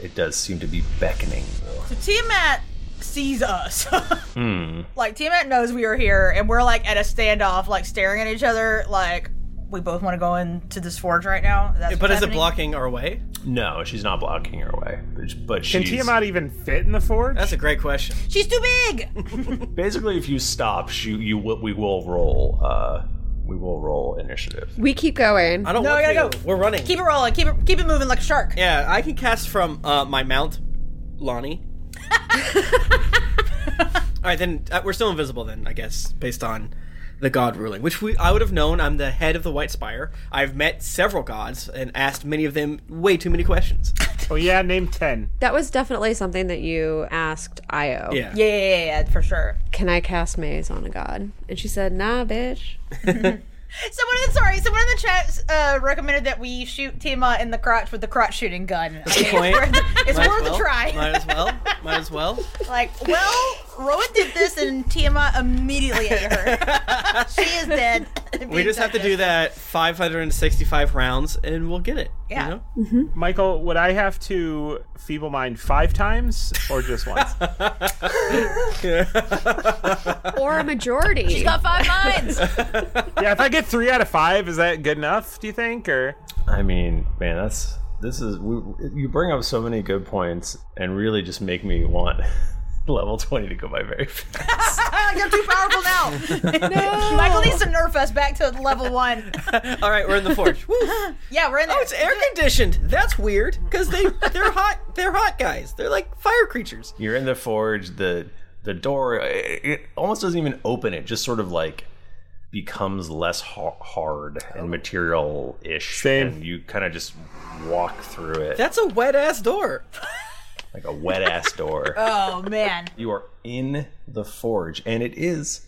Speaker 1: It does seem to be beckoning.
Speaker 5: So Tiamat sees us.
Speaker 1: Hmm.
Speaker 5: like Tiamat knows we are here, and we're like at a standoff, like staring at each other, like we both want to go into this forge right now. That's
Speaker 1: But
Speaker 5: what's
Speaker 1: is it
Speaker 5: happening.
Speaker 3: blocking our way?
Speaker 1: No, she's not blocking her way. But, but
Speaker 4: Can
Speaker 1: she's
Speaker 4: Tiamat even fit in the forge? That's
Speaker 3: a great question.
Speaker 5: She's too big.
Speaker 1: basically if you stop, you you will- we will roll. Uh, we will roll initiative.
Speaker 2: We keep going.
Speaker 3: I don't
Speaker 5: No,
Speaker 3: want
Speaker 5: I gotta
Speaker 3: to. We're running.
Speaker 5: Keep it rolling. Keep it. Keep it moving like a shark.
Speaker 3: Yeah, I can cast from uh, my mount, Lonnie. All right, then uh, we're still invisible. Then I guess based on the god ruling, which we I would have known. I'm the head of the White Spire. I've met several gods and asked many of them way too many questions.
Speaker 4: Oh yeah, name ten.
Speaker 2: That was definitely something that you asked Io.
Speaker 3: Yeah.
Speaker 5: Yeah, yeah, yeah, yeah, for sure.
Speaker 2: Can I cast maze on a god? And she said, Nah, bitch.
Speaker 5: Someone in sorry, someone in the chat uh, recommended that we shoot Tiamat in the crotch with the crotch shooting gun. That's
Speaker 3: the point.
Speaker 5: It's
Speaker 3: Might as
Speaker 5: worth
Speaker 3: well.
Speaker 5: a try.
Speaker 3: Might as well. Might as well.
Speaker 5: Like, well, Rowan did this, and Tiamat immediately ate her. she is dead.
Speaker 3: We just have to do that 565 rounds, and we'll get it.
Speaker 5: Yeah.
Speaker 4: Michael, would I have to feeble mind five times or just once?
Speaker 2: or a majority. She's got
Speaker 5: five minds.
Speaker 4: yeah, if I get three out of five, is that good enough? Do you think? Or
Speaker 1: I mean, man, that's this is we, you bring up so many good points and really just make me want level twenty to go by very fast.
Speaker 5: You're too powerful now. Michael needs to nerf us back to level one.
Speaker 3: All right, we're in the forge. Woo.
Speaker 5: Yeah, we're in there.
Speaker 3: Oh, it's air conditioned. That's weird because they they're hot. They're hot guys. They're like fire creatures.
Speaker 1: You're in the forge. the The door it, it almost doesn't even open. It just sort of like becomes less ha- hard and material ish, and you kind of just walk through it
Speaker 3: That's a wet ass door.
Speaker 1: like a wet ass door.
Speaker 5: Oh man.
Speaker 1: You are in the forge, and it is.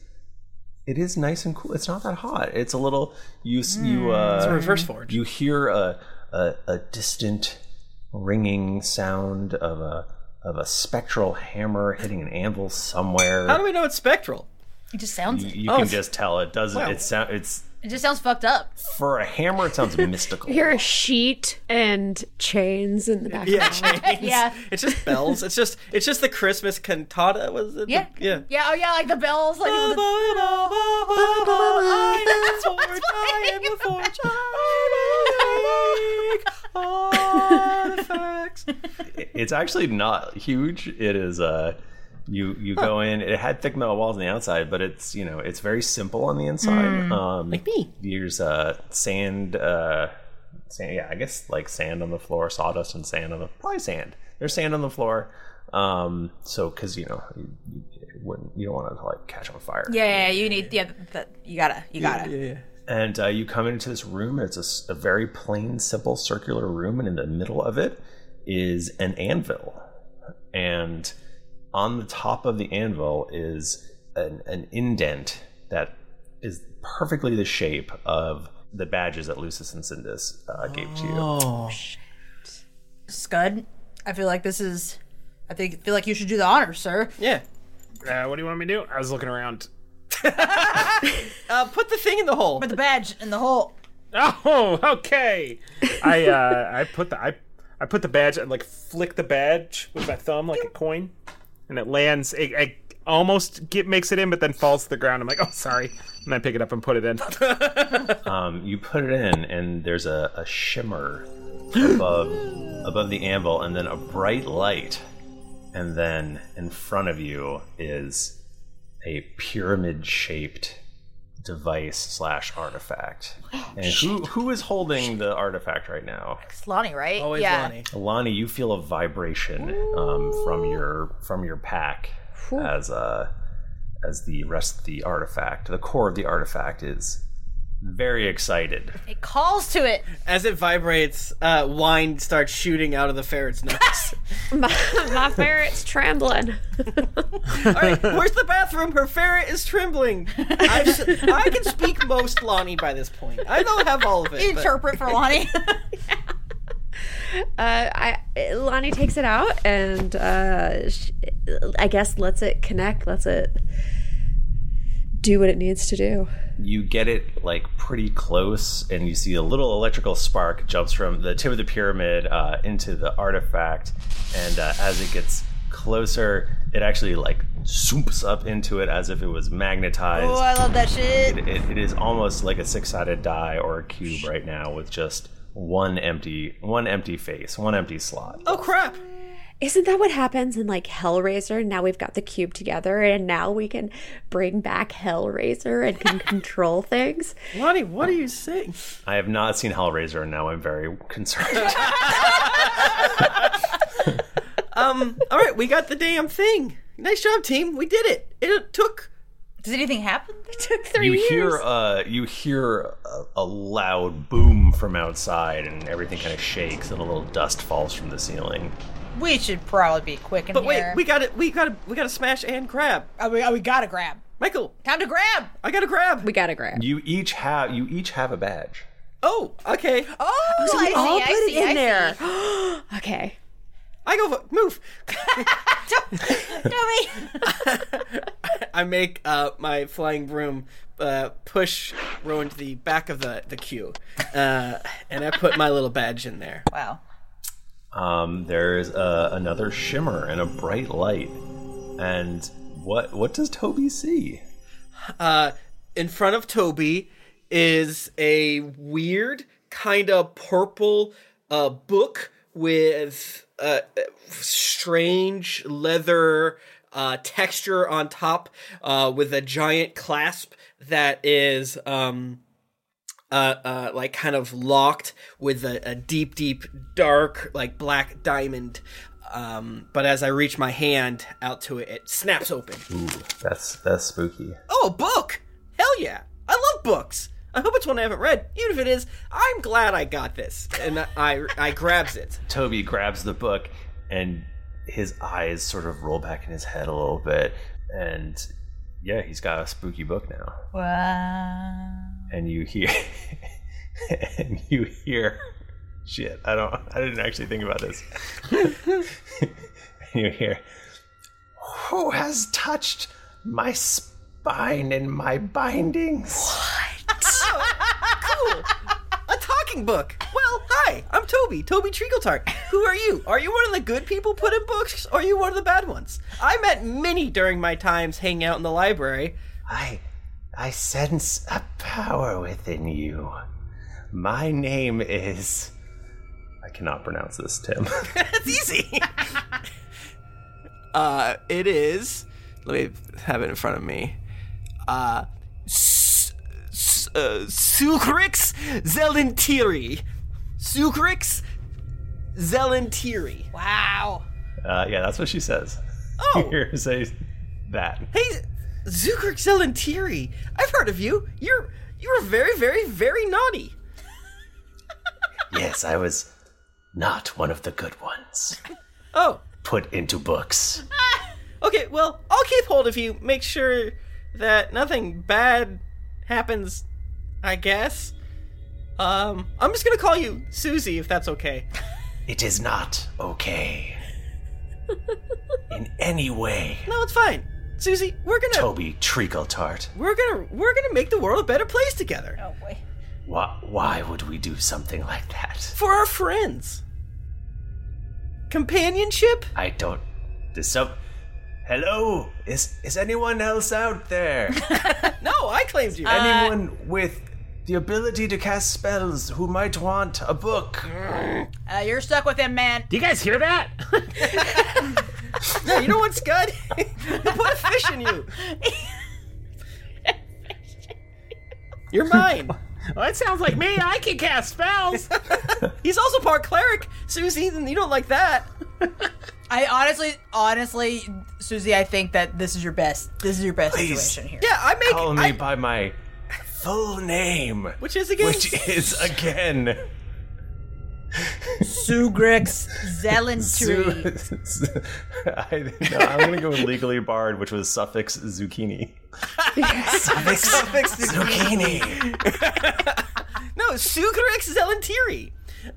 Speaker 1: It is nice and cool. It's not that hot. It's a little. You s you. Uh,
Speaker 3: Hmm. It's a reverse forge.
Speaker 1: You hear a, a a distant ringing sound of a of a spectral hammer hitting an anvil somewhere.
Speaker 3: How do we know it's spectral?
Speaker 5: It just sounds.
Speaker 1: you you
Speaker 5: oh,
Speaker 1: can just tell it doesn't.
Speaker 5: Wow.
Speaker 1: It sound. It's
Speaker 5: It just sounds fucked up.
Speaker 1: for a hammer. It sounds mystical.
Speaker 2: You're a sheet and chains in the background.
Speaker 3: Yeah, chains.
Speaker 5: Yeah.
Speaker 3: It's just bells. It's just it's just the Christmas cantata. Was it?
Speaker 5: Yeah.
Speaker 3: yeah.
Speaker 5: Yeah, oh yeah, like the bells, like the,
Speaker 1: It's actually not huge. It is uh you you go in. It had thick metal walls on the outside, but it's you know it's very simple on the inside.
Speaker 3: Mm.
Speaker 1: um,
Speaker 3: Like me.
Speaker 1: There's uh sand uh sand yeah I guess like sand on the floor, sawdust and sand on the probably sand. There's sand on the floor. Um, so because you know you, you it wouldn't you don't want to like catch on fire.
Speaker 5: Yeah, yeah, you need yeah, that, you gotta, you gotta.
Speaker 3: Yeah, yeah.
Speaker 1: And uh, you come into this room. It's a s- a, very plain, simple, circular room, and in the middle of it is an anvil. And on the top of the anvil is an, an indent that is perfectly the shape of the badges that Lucis and Cindus uh, gave to you.
Speaker 5: Oh. Scud, I feel like this is. I think feel like you should do the honors, sir.
Speaker 3: Yeah.
Speaker 4: Uh, what do you want me to do? I was looking around.
Speaker 3: Uh, put the thing in the hole.
Speaker 5: Put the badge in the hole.
Speaker 4: Oh, okay. I uh, I put the I I put the badge and like flick the badge with my thumb like a coin, and it lands. It, it almost get makes it in, but then falls to the ground. I'm like, oh, sorry. And I pick it up and put it in.
Speaker 1: um, you put it in, and there's a, a shimmer above above the anvil, and then a bright light, and then in front of you is a pyramid-shaped device slash artifact. And who who is holding the artifact right now?
Speaker 5: It's Lonnie, right? Always yeah.
Speaker 1: Lonnie, you feel a vibration um, from your from your pack as uh, as the rest of the artifact. The core of the artifact is very excited.
Speaker 5: It calls to it.
Speaker 3: As it vibrates, uh, wine starts shooting out of the ferret's nose.
Speaker 2: my, my ferret's trembling.
Speaker 3: Where's the bathroom? Her ferret is trembling. I've s- I can speak most Lonnie by this point. I don't have all of it. but-
Speaker 5: Interpret for Lonnie.
Speaker 2: Uh, I Lonnie takes it out and uh, sh- I guess lets it connect, lets it do what it needs to do.
Speaker 1: you get it like pretty close and you see a little electrical spark jumps from the tip of the pyramid uh, into the artifact and uh, as it gets closer it actually like swoops up into it as if it was magnetized
Speaker 5: Oh, I love that shit.
Speaker 1: it, it, it is almost like a six-sided die or a cube right now with just one empty one empty face one empty slot
Speaker 3: Oh crap!
Speaker 2: Isn't that what happens in like Hellraiser? Now we've got the cube together, and now we can bring back Hellraiser and can control things.
Speaker 3: Lonnie, what are you saying?
Speaker 1: i have not seen hellraiser and now i'm very concerned
Speaker 3: Um, all right, we got the damn thing. Nice job, team. We did it. It took.
Speaker 5: Does anything happen?
Speaker 2: It took
Speaker 1: you hear uh, you hear a, a loud boom from outside, and everything kind of shakes, and a little dust falls from the ceiling.
Speaker 5: We should probably be quick in
Speaker 3: But wait,
Speaker 5: here.
Speaker 3: we got it. We got to. We got to smash and grab.
Speaker 5: Oh, we, oh, we gotta grab.
Speaker 3: Michael,
Speaker 5: Time to grab.
Speaker 3: I gotta grab.
Speaker 2: We gotta grab.
Speaker 1: You each have you each have a badge.
Speaker 3: Oh, okay.
Speaker 5: Oh,
Speaker 2: So we
Speaker 5: I see,
Speaker 2: all
Speaker 5: I
Speaker 2: put
Speaker 5: see,
Speaker 2: it in
Speaker 5: I see.
Speaker 2: there. okay.
Speaker 3: I go vo- move.
Speaker 5: Toby.
Speaker 3: I make uh, my flying broom uh, push Rowan to the back of the the queue, uh, and I put my little badge in there.
Speaker 5: Wow.
Speaker 1: Um, there's uh, another shimmer and a bright light, and what what does Toby see?
Speaker 3: Uh, in front of Toby is a weird kind of purple uh, book with uh, strange leather uh, texture on top, uh, with a giant clasp that is um, uh, uh, like kind of locked with a, a deep, deep, dark, like black diamond. Um, but as I reach my hand out to it, it snaps open.
Speaker 1: Ooh, that's that's spooky.
Speaker 3: Oh, a book! Hell yeah! I love books. I hope it's one I haven't read. Even if it is, I'm glad I got this. And I I grabs it.
Speaker 1: Toby grabs the book, and his eyes sort of roll back in his head a little bit, and yeah, he's got a spooky book now.
Speaker 5: Wow.
Speaker 1: and you hear and you hear shit i don't i didn't actually think about this you hear who has touched my spine and my bindings
Speaker 3: Cool. A talking book. Well, hi, I'm Toby, Toby Treackletart. Who are you? Are you one of the good people put in books, or are you one of the bad ones? I met many during my times hanging out in the library.
Speaker 1: i i sense a power within you my name is i cannot pronounce this tim
Speaker 3: That's easy. uh, it is. Let me have it in front of me. Uh, S- S- uh, Sucrix Zelentiri. Sucrix Zelentiri.
Speaker 5: Wow.
Speaker 1: uh, yeah that's what she says
Speaker 3: Oh.
Speaker 1: Here, say that
Speaker 3: Hey, Zukrix Zelentiri. I've heard of you. You're You were very, very, very naughty.
Speaker 9: yes, I was not one of the good ones.
Speaker 3: Oh.
Speaker 9: Put into books.
Speaker 3: Okay, well, I'll keep hold of you. Make sure that nothing bad happens, I guess. Um, I'm just gonna call you Susie if that's okay.
Speaker 9: It is not okay. In any way,
Speaker 3: No, it's fine. Susie, we're gonna
Speaker 9: Toby Treacle Tart.
Speaker 3: we're gonna we're gonna make the world a better place together. Oh boy.
Speaker 9: Why, why would we do something like that?
Speaker 3: For our friends. Companionship?
Speaker 9: I don't. There's some. Hello? Is is anyone else out there?
Speaker 3: Uh, no, I claimed you.
Speaker 9: Anyone with the ability to cast spells who might want a book?
Speaker 5: Uh, you're stuck with him, man.
Speaker 9: Do you guys hear that?
Speaker 3: you know what's good? They put a fish in you. You're mine.
Speaker 4: well, that sounds like me. I can cast spells.
Speaker 3: He's also part cleric, Susie. and You don't like that.
Speaker 5: I honestly, honestly, Susie, I think that this is your best. This is your best
Speaker 9: Please.
Speaker 5: situation here.
Speaker 3: Yeah, I
Speaker 9: Call me by my full name.
Speaker 3: Which is again-
Speaker 9: Which is again.
Speaker 5: Sugrix Zelentry.
Speaker 9: Zu- I, no, I'm gonna go with legally barred, which was suffix zucchini.
Speaker 3: Suffix, zucchini. no, Sucrex zelantiri.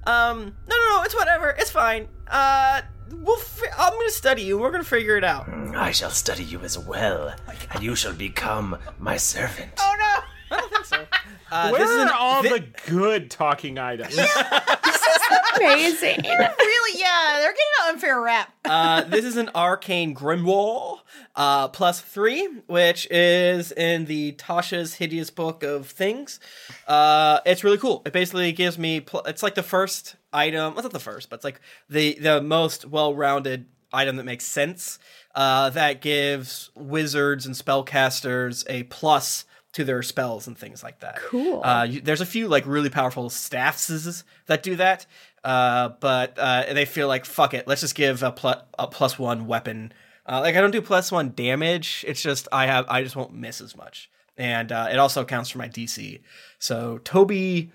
Speaker 3: Um, no, no, no. It's whatever. It's fine. Uh, we'll. Fi- I'm gonna study you. We're gonna figure it out.
Speaker 9: I shall study you as well, and you shall become my servant.
Speaker 5: Oh,
Speaker 3: Uh,
Speaker 4: Where
Speaker 3: this is an-
Speaker 4: are all
Speaker 3: thi-
Speaker 4: the good talking items?
Speaker 5: this is amazing. really, yeah, they're getting an unfair rap.
Speaker 3: uh, this is an arcane grimoire uh, plus three, which is in the Tasha's hideous book of things. Uh, it's really cool. It basically gives me pl- it's like the first item. Well, it's not the first, but it's like the the most well rounded item that makes sense. Uh, that gives wizards and spellcasters a plus to their spells and things like that.
Speaker 2: Cool.
Speaker 3: Uh, you, there's a few like really powerful staffs that do that, uh, but uh, they feel like fuck it, let's just give a, pl- a plus one weapon. Uh, like I don't do plus one damage. It's just I have I just won't miss as much, and uh, it also counts for my DC. So Toby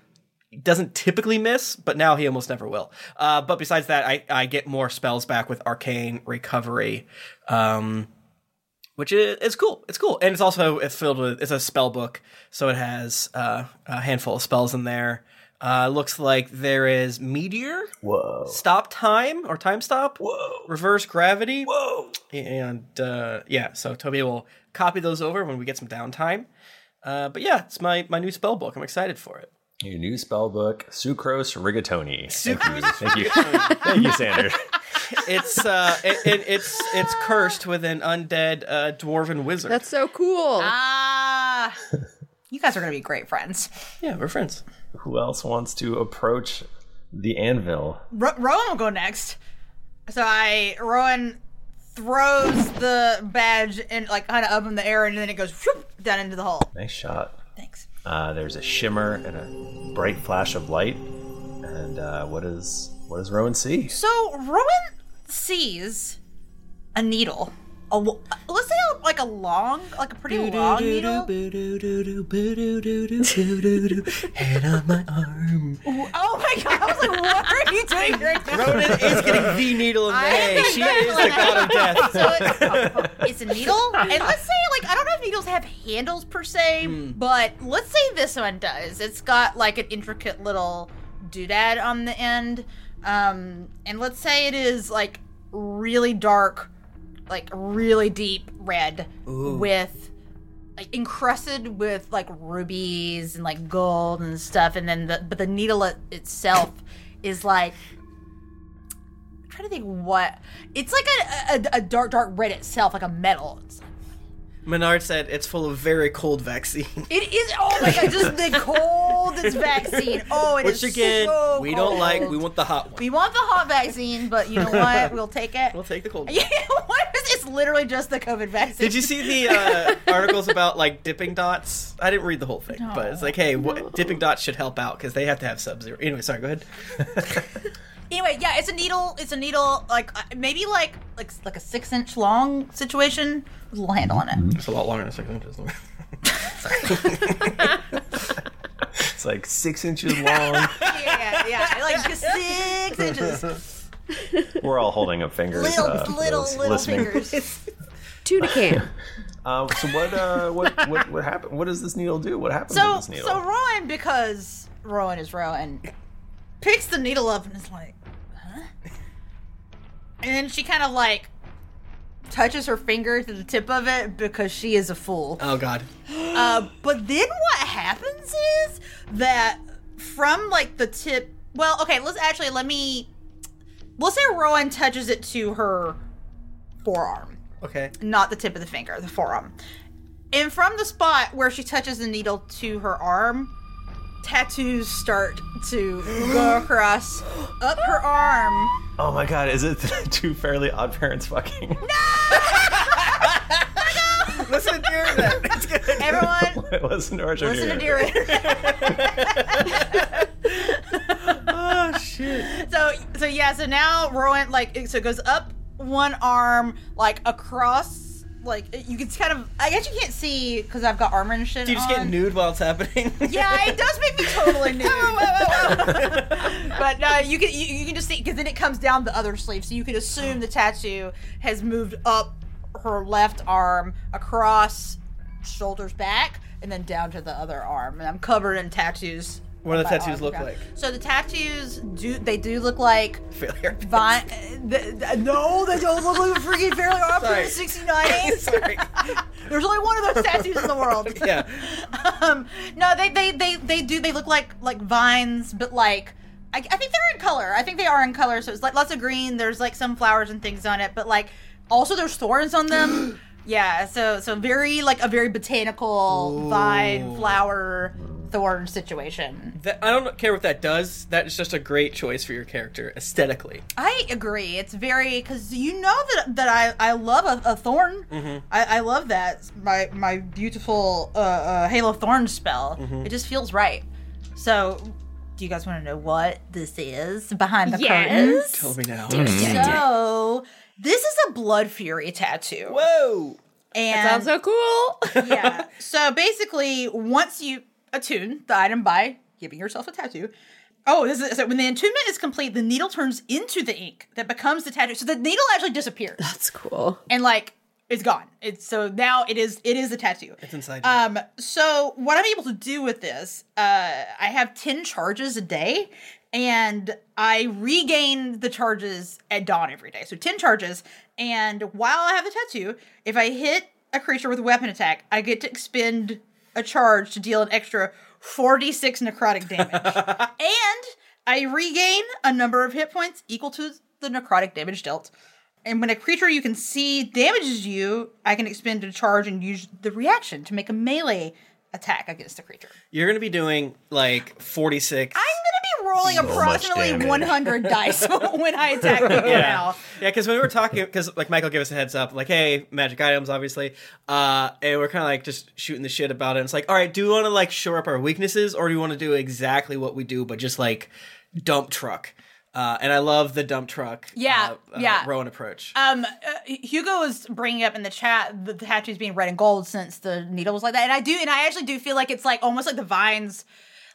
Speaker 3: doesn't typically miss, but now he almost never will. Uh, but besides that, I, I get more spells back with arcane recovery. Um, which is, is cool. It's cool, and it's also it's filled with it's a spell book, so it has uh, a handful of spells in there. Uh, looks like there is meteor,
Speaker 9: whoa,
Speaker 3: stop time or time stop, whoa, reverse gravity, whoa, and uh, yeah. So Toby will copy those over when we get some downtime. Uh, but yeah, it's my my new spell book. I'm excited for it.
Speaker 1: Your new spell book, Sucrose Rigatoni. Thank you. Thank you. Thank you, Sanders.
Speaker 3: It's uh, it, it, it's it's cursed with an undead uh, dwarven wizard.
Speaker 2: That's so cool.
Speaker 5: Ah, you guys are gonna be great friends.
Speaker 3: Yeah, we're friends.
Speaker 1: Who else wants to approach the anvil?
Speaker 5: Ro- Rowan will go next. So I Rowan throws the badge and like kind of up in the air, and then it goes whoop, down into the hole.
Speaker 1: Nice shot.
Speaker 5: Thanks.
Speaker 1: Uh, there's a shimmer and a bright flash of light. And uh, what is what does Rowan see?
Speaker 5: So Rowan sees a needle. A lo- let's say like a long, like a pretty long needle.
Speaker 3: Head on my arm.
Speaker 5: Ooh, Oh my god! I was like, what are you doing? Like,
Speaker 3: Ronan is getting the needle in the
Speaker 5: I
Speaker 3: hay.
Speaker 5: think
Speaker 3: She
Speaker 5: that's
Speaker 3: is
Speaker 5: what
Speaker 3: the god of death.
Speaker 5: it's a needle. And let's say, like, I don't know if needles have handles per se,
Speaker 3: Mm.
Speaker 5: but let's say this one does. It's got like an intricate little doodad on the end. Um, and let's say it is like really dark, like really deep red
Speaker 10: Ooh.
Speaker 5: with like encrusted with like rubies and like gold and stuff and then the but the needle it- itself is like I'm trying to think what it's like a, a, a dark dark red itself like a metal It's-
Speaker 3: Menard said it's full of very cold vaccine.
Speaker 5: it is oh my god just the coldest vaccine oh it is
Speaker 3: Which again,
Speaker 5: so
Speaker 3: we don't like.
Speaker 5: cold.
Speaker 3: We want the hot one.
Speaker 5: we want the hot vaccine but you know what we'll take it
Speaker 3: We'll take the cold.
Speaker 5: yeah what is it's literally just the covid vaccine
Speaker 3: Did you see the uh, articles about like dipping dots? I didn't read the whole thing, but it's like, hey, what, dipping dots should help out because they have to have sub zero. Anyway, sorry. Go ahead.
Speaker 5: Anyway, yeah, it's a needle. It's a needle, like uh, maybe like like like a six inch long situation with a little handle on it.
Speaker 3: It's a lot longer than six inches.
Speaker 1: It's like six inches long.
Speaker 5: yeah, yeah, like just six
Speaker 3: Uh,
Speaker 5: inches.
Speaker 1: We're all holding up fingers.
Speaker 5: Little,
Speaker 1: uh,
Speaker 5: little,
Speaker 1: those
Speaker 5: little fingers.
Speaker 2: Tuna can.
Speaker 1: Uh, so what, uh, what, what, what happened? What does this needle do? What happens
Speaker 5: so,
Speaker 1: with this needle?
Speaker 5: so Rowan, because Rowan is Rowan, picks the needle up and is like, huh? And then she kind of like touches her finger to the tip of it because she is a fool.
Speaker 3: Oh god.
Speaker 5: uh, but then what happens is that from like the tip. Well, okay, let's actually let me. We'll say Rowan touches it to her forearm,
Speaker 3: Okay.
Speaker 5: not the tip of the finger, the forearm. And from the spot where she touches the needle to her arm, tattoos start to go across up her arm.
Speaker 1: oh my god, is it two fairly odd parents fucking?
Speaker 3: Listen to Dear Internet. It's good.
Speaker 5: Everyone,
Speaker 1: Listen to our show.
Speaker 5: listen to
Speaker 1: here.
Speaker 5: Dear oh shit. So so yeah, so now Rowan like it- so it goes up one arm like across like you can kind of I guess you can't see because I've got armor and shit.
Speaker 3: Do you just get
Speaker 5: on.
Speaker 3: nude while it's happening?
Speaker 5: Yeah, it does make me totally nude. but no, you can you, you can just see because then it comes down the other sleeve, so you can assume the tattoo has moved up her left arm across shoulders back and then down to the other arm. And I'm covered in tattoos.
Speaker 3: What do
Speaker 5: on
Speaker 3: the
Speaker 5: my
Speaker 3: tattoos
Speaker 5: arm
Speaker 3: look
Speaker 5: around.
Speaker 3: like?
Speaker 5: So the tattoos do they do look like
Speaker 3: failure.
Speaker 5: Vine, th- th- no, they don't look like a freaking fairly
Speaker 3: Sorry.
Speaker 5: opera 69.
Speaker 3: Sorry.
Speaker 5: There's only one of those tattoos in the world.
Speaker 3: yeah.
Speaker 5: Um, no, they, they they they do. They look like like vines, but like I, I think they're in color. I think they are in color. So it's like lots of green. There's like some flowers and things on it, but like also there's thorns on them. yeah. So so very like a very botanical vine flower thorn situation.
Speaker 3: That, I don't care what that does. That is just a great choice for your character aesthetically.
Speaker 5: I agree. It's very because you know that that I I love a, a thorn.
Speaker 3: Mm-hmm.
Speaker 5: I, I love that my my beautiful uh, uh, Halo Thorn spell.
Speaker 3: Mhm.
Speaker 5: It just feels right. So, do you guys want to know what this is behind the
Speaker 3: Yes.
Speaker 5: curtains?
Speaker 3: Tell me now.
Speaker 5: So, this is a Blood Fury tattoo.
Speaker 3: Whoa!
Speaker 5: And
Speaker 2: sounds so
Speaker 5: cool. yeah. So basically, once you attune the item by giving yourself a tattoo. Oh, this is, so when the attunement is complete, the needle turns into the ink that becomes the tattoo. So the needle actually disappears. That's
Speaker 2: cool.
Speaker 5: And like it's gone. It's so now it is it is a tattoo.
Speaker 3: It's inside.
Speaker 5: Um, so what I'm able to do with this, uh, I have 10 charges a day and I regain the charges at dawn every day. So 10 charges. And while I have the tattoo, if I hit a creature with a weapon attack, I get to expend a charge to deal an extra 46 necrotic damage. and I regain a number of hit points equal to the necrotic damage dealt. And when a creature you can see damages you, I can expend a charge and use the reaction to make a melee attack against the creature.
Speaker 3: You're gonna be doing like 46.
Speaker 5: I'm gonna be rolling
Speaker 3: So much
Speaker 5: approximately
Speaker 3: damage.
Speaker 5: 100 dice when I attack people
Speaker 3: yeah,
Speaker 5: now.
Speaker 3: yeah. Because when we were talking, because like Michael gave us a heads up, like, hey, magic items, obviously, uh, and we're kind of like just shooting the shit about it. And it's like, all right, do we want to like shore up our weaknesses, or do we want to do exactly what we do, but just like dump truck? Uh, and I love the dump truck,
Speaker 5: Yeah,
Speaker 3: uh,
Speaker 5: yeah.
Speaker 3: Rowan approach.
Speaker 5: Um, uh, Hugo was bringing up in the chat the tattoos being red and gold since the needle was like that, and I do, and I actually do feel like it's like almost like the vines,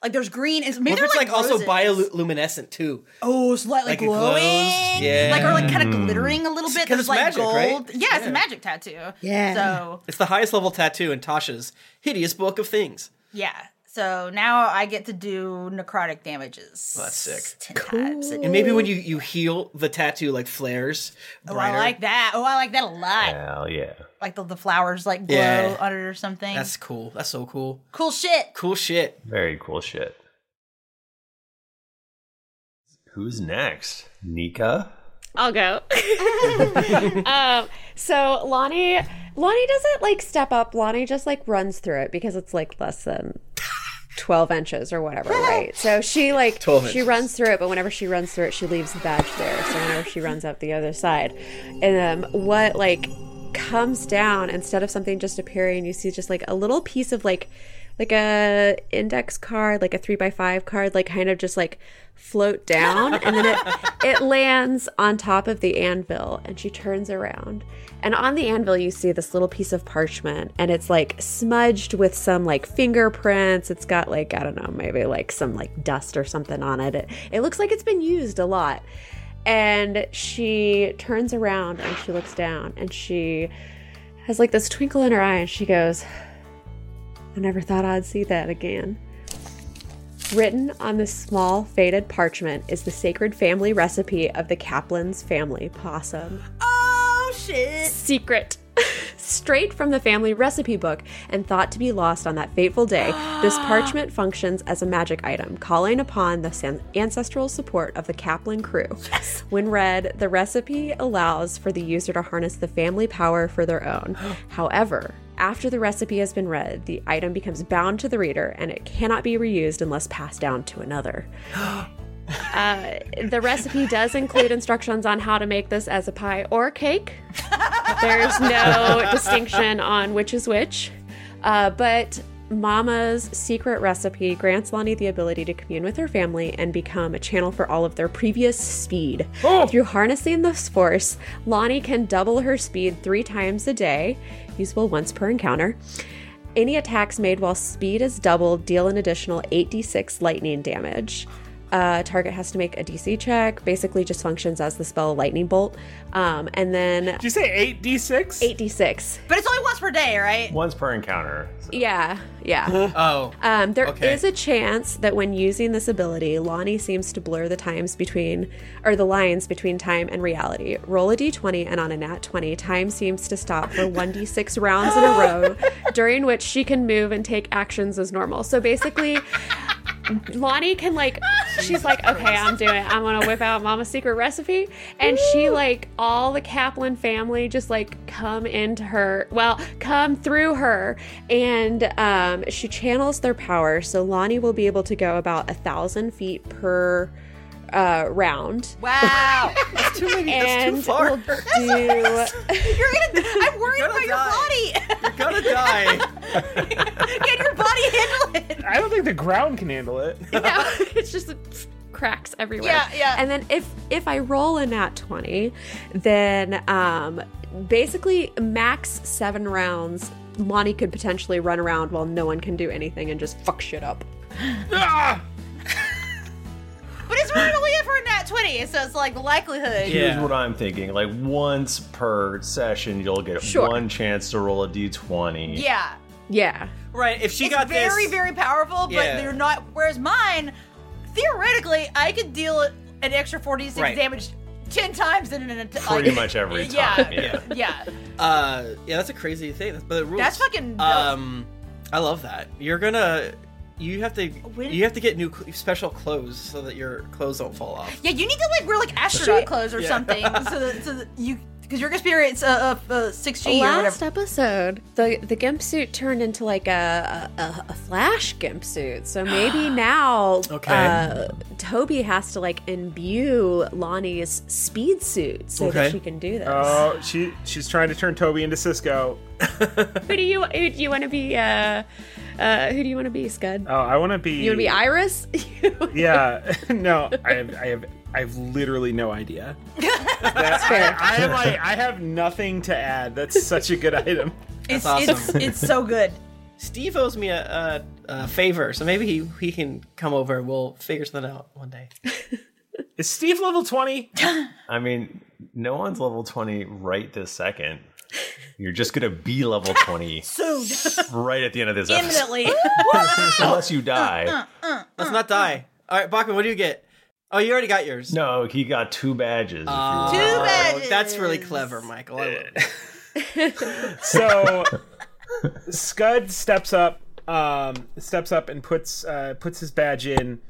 Speaker 5: like there's green. It's maybe
Speaker 3: What if
Speaker 5: they're
Speaker 3: it's like, also
Speaker 5: roses.
Speaker 3: bioluminescent too?
Speaker 5: Oh, slightly
Speaker 3: Like it glows?
Speaker 5: glowing,
Speaker 3: Yeah.
Speaker 5: like or like kind of
Speaker 3: Mm.
Speaker 5: glittering a little bit.
Speaker 3: 'Cause
Speaker 5: There's
Speaker 3: it's
Speaker 5: like
Speaker 3: magic,
Speaker 5: gold.
Speaker 3: right?
Speaker 5: Yeah, it's a magic tattoo.
Speaker 3: Yeah.
Speaker 5: So
Speaker 3: It's the highest level tattoo in Tasha's hideous book of things.
Speaker 5: yeah, so now I get to do necrotic damages.
Speaker 3: Well, that's sick.
Speaker 5: Cool.
Speaker 3: And maybe when you you heal the tattoo like flares
Speaker 5: Oh,
Speaker 3: brighter.
Speaker 5: I like that. Oh, I like that a lot.
Speaker 1: Hell yeah.
Speaker 5: Like the, the flowers like glow
Speaker 3: Yeah.
Speaker 5: on it or something.
Speaker 3: That's cool. That's so cool.
Speaker 5: cool shit.
Speaker 3: Cool shit.
Speaker 1: Very cool shit. Who's next? Nika?
Speaker 2: I'll go. um, so Lonnie, Lonnie doesn't like step up. Lonnie just like runs through it because it's like less than twelve inches or whatever, right? So she like
Speaker 7: 12
Speaker 2: she
Speaker 7: inches.
Speaker 2: runs through it, but whenever she runs through it, she leaves the badge there. So whenever she runs up the other side, and um, what like comes down instead of something just appearing, you see just like a little piece of like like a index card, like a three by five card, like kind of just like float down, and then it it lands on top of the anvil, and she turns around, and on the anvil you see this little piece of parchment, and it's like smudged with some like fingerprints. It's got like I don't know, maybe like some like dust or something on it. It, it looks like it's been used a lot. And she turns around and she looks down and she has like this twinkle in her eye and she goes, I never thought I'd see that again. Written on this small, faded parchment is the sacred family recipe of the Kaplan's family possum.
Speaker 5: Oh shit!
Speaker 2: Secret. Straight from the family recipe book and thought to be lost on that fateful day, this parchment functions as a magic item, calling upon the san- ancestral support of the Kaplan crew. When read, the recipe allows for the user to harness the family power for their own. However, after the recipe has been read, the item becomes bound to the reader and it cannot be reused unless passed down to another. Uh, the recipe does include instructions on how to make this as a pie or cake. There's no distinction on which is which. Uh, but Mama's secret recipe grants Lonnie the ability to commune with her family and become a channel for all of their previous speed. Through harnessing this force, Lonnie can double her speed three times a day, usable once per encounter. Any attacks made while speed is doubled deal an additional 8d6 lightning damage. Uh, target has to make a DC check. Basically, just functions as the spell lightning bolt. Um, and then, did
Speaker 4: you say eight d six?
Speaker 2: Eight d six.
Speaker 5: But it's only once per day, right?
Speaker 1: Once per encounter.
Speaker 2: Yeah, yeah.
Speaker 3: oh.
Speaker 2: Um, there is
Speaker 3: Okay.
Speaker 2: a chance that when using this ability, Lonnie seems to blur the times between, or the lines between time and reality. Roll a d20, and on a nat 20, time seems to stop for 1d6 rounds in a row, during which she can move and take actions as normal. So basically, Lonnie can, like, she's like, okay, I'm doing it. I'm gonna whip out Mama's secret recipe. And she, like, all the Kaplan family just, like, come into her, well, come through her. And um, she channels their power. So Lonnie will be able to go about a thousand feet per uh, round.
Speaker 5: Wow.
Speaker 3: That's too many.
Speaker 2: And
Speaker 3: that's too far.
Speaker 2: we'll do.
Speaker 5: You're gonna. I'm worried about your body.
Speaker 3: You're gonna die.
Speaker 5: Can your body handle it?
Speaker 4: I don't think the ground can handle it.
Speaker 2: Yeah, it's just pff, cracks everywhere.
Speaker 5: Yeah, yeah.
Speaker 2: And then if if I roll a nat twenty, then um, basically max seven rounds. Lonnie could potentially run around while no one can do anything and just fuck shit up.
Speaker 5: But it's really only for a nat twenty, so it's like the likelihood.
Speaker 1: Here's what I'm thinking: like once per session, you'll get
Speaker 5: Sure.
Speaker 1: one chance to roll a d20.
Speaker 5: Yeah.
Speaker 2: Yeah.
Speaker 3: Right. If she
Speaker 5: it's
Speaker 3: got
Speaker 5: very,
Speaker 3: this,
Speaker 5: very powerful, but
Speaker 3: Yeah.
Speaker 5: they're not. Whereas mine, theoretically, I could deal an extra forty-six
Speaker 3: Right.
Speaker 5: damage ten times in an attack.
Speaker 3: Pretty much every time,
Speaker 5: Yeah, yeah.
Speaker 3: uh, yeah, that's a crazy thing. That's, but the rules.
Speaker 5: That's fucking dope.
Speaker 3: Um, I love that. You're gonna. You have to.
Speaker 5: When-
Speaker 3: you have to get new cl- special clothes so that your clothes don't fall off.
Speaker 5: Yeah, you need to like wear like astronaut
Speaker 3: She-
Speaker 5: clothes or
Speaker 3: Yeah.
Speaker 5: something, so that, so that you because your experience uh, uh, uh six G or
Speaker 2: Last
Speaker 5: whatever.
Speaker 2: episode, the the gimp suit turned into like a a, a flash gimp suit. So maybe now,
Speaker 5: Okay.
Speaker 2: uh, Toby has to like imbue Lonnie's speed suit so that
Speaker 4: Okay.
Speaker 2: she can do this.
Speaker 5: Uh,
Speaker 4: Oh, she she's trying to turn Toby into Cisco.
Speaker 2: Who do you who do you want to be? Uh, uh, who do you want to be, Scud?
Speaker 4: Oh, I want to be.
Speaker 2: You want to be Iris?
Speaker 4: Yeah. no, I have I have I have literally no idea. That's
Speaker 2: fair.
Speaker 4: I, I am like I have nothing to add. That's such a good item.
Speaker 5: It's it's it's so good.
Speaker 3: Steve owes me a, a, a favor, so maybe he, he can come over and we'll figure something out one day.
Speaker 4: Is Steve level twenty?
Speaker 1: I mean, no one's level 20 right this second. You're just gonna be level 20
Speaker 5: Soon.
Speaker 1: right at the end of this episode,
Speaker 5: Imminently.
Speaker 1: unless you
Speaker 11: Uh,
Speaker 1: die.
Speaker 3: Let's not die. All right, Bachman, what do you get? Oh, you already got yours.
Speaker 1: No, he got two badges. if you
Speaker 3: Oh,
Speaker 1: will.
Speaker 3: That's really clever, Michael. I love it.
Speaker 4: So Scud steps up, um, steps up and puts uh, puts his badge in,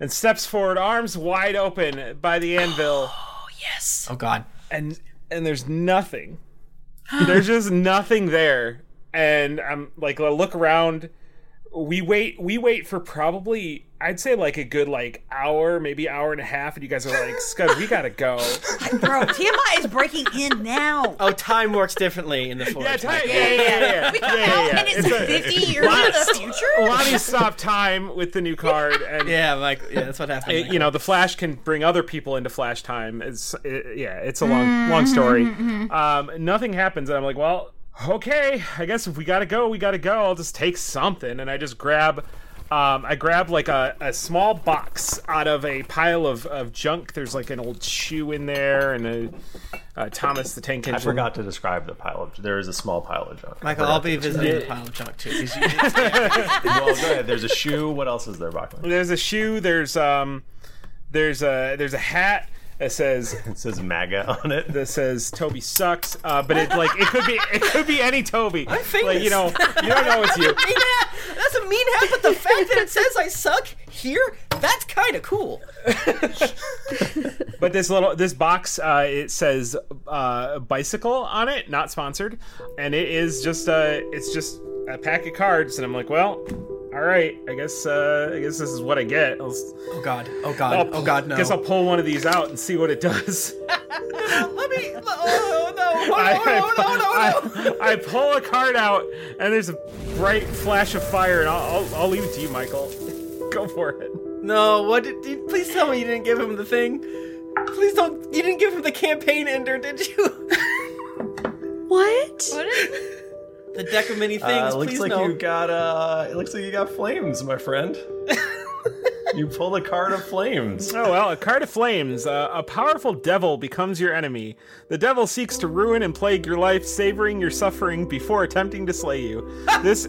Speaker 4: and steps forward, arms wide open by the anvil. Oh
Speaker 5: yes!
Speaker 3: Oh God!
Speaker 4: And and there's nothing. There's just nothing there, and I'm like I look around we wait we wait for probably I'd say like a good like hour, maybe hour and a half, and you guys are like, Scud, we gotta go.
Speaker 5: Bro, TMI is breaking in now.
Speaker 3: Oh, time works differently in the forest.
Speaker 4: time- yeah, yeah, yeah, yeah.
Speaker 5: We
Speaker 4: Yeah,
Speaker 5: come
Speaker 4: yeah,
Speaker 5: out
Speaker 4: yeah.
Speaker 5: and it's,
Speaker 4: It's a-
Speaker 5: 50 years in the future.
Speaker 4: Lonnie stopped time with the new card, and
Speaker 3: yeah, like yeah, that's what happened.
Speaker 4: you know, the Flash can bring other people into Flash time. It's it, yeah, it's a long
Speaker 5: Mm-hmm,
Speaker 4: long story.
Speaker 3: Mhm, mhm.
Speaker 4: Um, nothing happens, and I'm like, well, okay, I guess if we gotta go, we gotta go. I'll just take something, and I just grab. Um, I grab like a, a small box out of a pile of, of junk. There's like an old shoe in there and a, a Thomas the Tank Engine.
Speaker 1: I forgot to describe the pile of. There is a small pile of junk. I
Speaker 3: Michael,
Speaker 1: forgot
Speaker 3: I'll
Speaker 1: to
Speaker 3: be
Speaker 1: describe
Speaker 3: visiting
Speaker 1: it.
Speaker 3: the pile of junk too. 'cause you-
Speaker 1: well, go ahead. There's a shoe. What else is there, Bachman?
Speaker 4: There's a shoe. There's um, there's a there's a hat that says
Speaker 1: it says MAGA on it.
Speaker 4: That says Toby sucks. Uh, but it like it could be it could be any Toby. I think like you know you don't know it's you.
Speaker 3: yeah, that's a mean hat, but the fact that it says I suck here, that's kind of cool.
Speaker 4: But this little this box uh, it says uh, bicycle on it, not sponsored, and it is just uh it's just a pack of cards, and I'm like, well, all right, I guess uh, I guess this is what I get. oh
Speaker 3: God, oh God, oh God, no.
Speaker 4: Guess I'll pull one of these out and see what it does.
Speaker 3: Let me. Oh no!
Speaker 4: I, I- I pull a card out, and there's a bright flash of fire, and I'll, I'll, I'll leave it to you, Michael. Go for it.
Speaker 3: No, what did, did- please tell me you didn't give him the thing. Please don't you didn't give him the campaign ender, did you?
Speaker 2: what?
Speaker 5: What is
Speaker 3: The deck of many
Speaker 1: Uh,
Speaker 3: things,
Speaker 1: looks
Speaker 3: please
Speaker 1: like
Speaker 3: no.
Speaker 1: you got uh, it looks like you got flames, my friend. you pull a card of flames.
Speaker 4: Oh well, a card of flames. Uh, a powerful devil becomes your enemy. The devil seeks to ruin and plague your life, savoring your suffering before attempting to slay you. This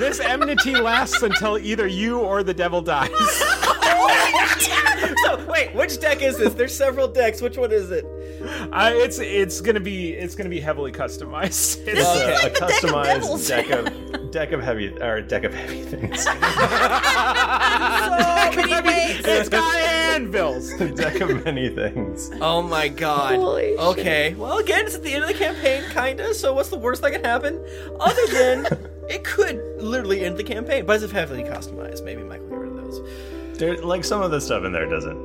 Speaker 4: this enmity lasts until either you or the devil dies.
Speaker 3: so wait, which deck is this? There's several decks. Which one is it?
Speaker 4: Uh, it's it's gonna be it's gonna be heavily customized. It's,
Speaker 5: uh,
Speaker 1: It's a, a customized deck of deck of heavy or deck of heavy things.
Speaker 5: so many
Speaker 4: It's got anvils.
Speaker 1: deck of many things.
Speaker 3: Oh my god.
Speaker 1: Holy
Speaker 3: okay. Well, again, it's at the end of the campaign, kinda. So what's the worst that can happen? Other than it could literally end the campaign, but it's heavily customized. Maybe Michael get rid of those.
Speaker 1: There, like some of the stuff in there doesn't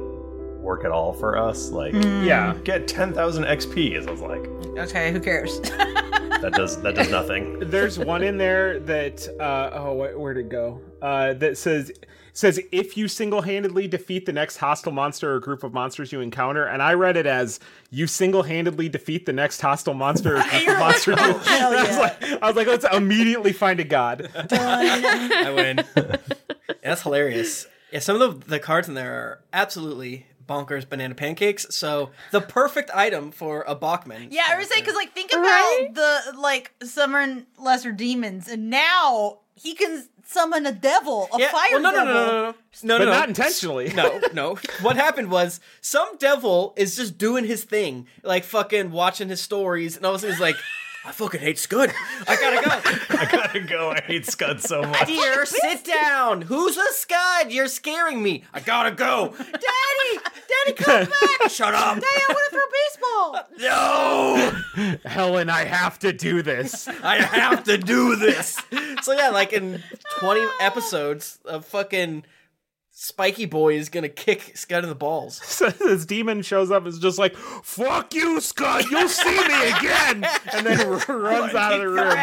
Speaker 1: work at all for us. Like
Speaker 5: Mm. Yeah.
Speaker 1: get ten thousand XP. Is I was like
Speaker 5: Okay, who cares?
Speaker 1: that does that does nothing.
Speaker 4: There's one in there that uh, oh wh- where'd it go? Uh, that says says if you single-handedly defeat the next hostile monster or group of monsters you encounter, and I read it as you single-handedly defeat the next hostile monster or group of monsters. you-" I was like, I was like, let's immediately find a god.
Speaker 3: I win. That's hilarious. Yeah, some of the, the cards in there are absolutely bonkers banana pancakes. So the perfect item for a Bachman.
Speaker 5: Yeah, I was saying because like think about
Speaker 3: Right?
Speaker 5: the like summon lesser demons, and now he can summon a devil, a
Speaker 3: Yeah,
Speaker 5: fire
Speaker 3: well, no, no,
Speaker 5: devil.
Speaker 3: no, no, no, no,
Speaker 4: But
Speaker 3: no,
Speaker 4: not intentionally.
Speaker 3: No, no. What happened was some devil is just doing his thing, like fucking watching his stories, and all of a sudden he's like, "I fucking hate Scud. I gotta go.
Speaker 1: I gotta go. I hate Scud so much."
Speaker 3: Dear, sit down. Who's a Scud? You're scaring me. I gotta go.
Speaker 5: Daddy, Daddy, come back!
Speaker 3: Shut up.
Speaker 5: Daddy, I want to throw baseball.
Speaker 4: Oh, Helen, I have to do this.
Speaker 3: I have to do this. So yeah, like in 20
Speaker 5: Ah.
Speaker 3: episodes of fucking Spiky Boy is gonna kick Scud in the balls.
Speaker 4: So this demon shows up and is just like, "Fuck you, Scott! You'll see me again!" And then runs out of the room.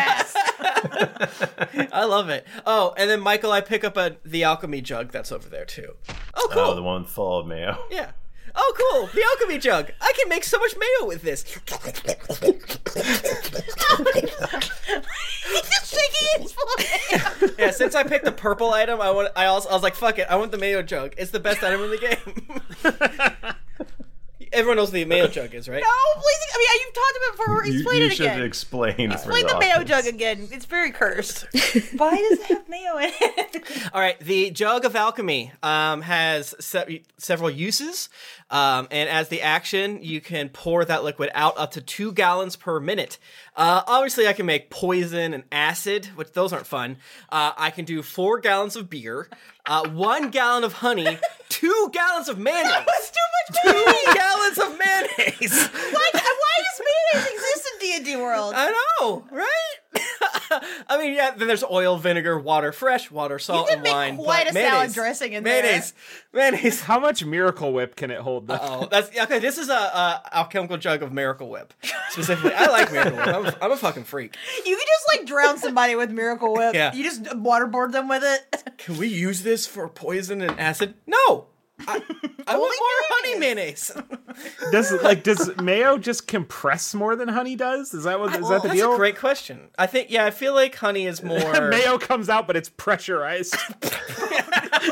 Speaker 3: I love it. Oh, and then Michael, I pick up a, the alchemy jug that's over there too. Oh, cool.
Speaker 1: Oh, the one full of mayo.
Speaker 3: Yeah. Oh, cool. The alchemy jug. I can make so much mayo with this.
Speaker 5: He's just shaking his foot.
Speaker 3: yeah. Since I picked the purple item, I want. I also. I was like, fuck it. I want the mayo jug. It's the best item in the game. Everyone knows what the mayo jug is, right?
Speaker 5: No, please. I mean, you've talked about it before.
Speaker 1: You,
Speaker 5: Explain
Speaker 1: you
Speaker 5: it
Speaker 1: should
Speaker 5: again.
Speaker 1: explain.
Speaker 5: Explain the mayo jug again. It's very cursed. Why does it have mayo in it?
Speaker 3: All right, the jug of alchemy um, has se- several uses, um, and as the action, you can pour that liquid out up to two gallons per minute. Uh, obviously, I can make poison and acid, which those aren't fun. Uh, I can do four gallons of beer, uh, one gallon of honey, two gallons of mayonnaise. That was
Speaker 5: too much mayonnaise.
Speaker 3: Two gallons of mayonnaise.
Speaker 5: Why, why does mayonnaise exist in D and D world?
Speaker 3: I know, right? I mean, yeah. Then there's oil, vinegar, water, fresh water, salt, and wine.
Speaker 5: quite
Speaker 3: but
Speaker 5: a salad
Speaker 3: mayonnaise-
Speaker 5: dressing in there.
Speaker 3: mayonnaise, there. Mayonnaise, mayonnaise.
Speaker 4: How much Miracle Whip can it hold?
Speaker 3: Oh, that's okay. This is a, a alchemical jug of Miracle Whip specifically. I like Miracle Whip. I'm, a- I'm a fucking freak.
Speaker 5: You could just like drown somebody with Miracle Whip.
Speaker 3: Yeah.
Speaker 5: You just waterboard them with it.
Speaker 3: Can we use this for poison and acid? No. I, I want more honey mayonnaise.
Speaker 4: Does like does mayo just compress more than honey does? Is that what is that the
Speaker 3: that's
Speaker 4: deal?
Speaker 3: a great question. I think yeah, I feel like honey is more
Speaker 4: mayo comes out, but it's pressurized.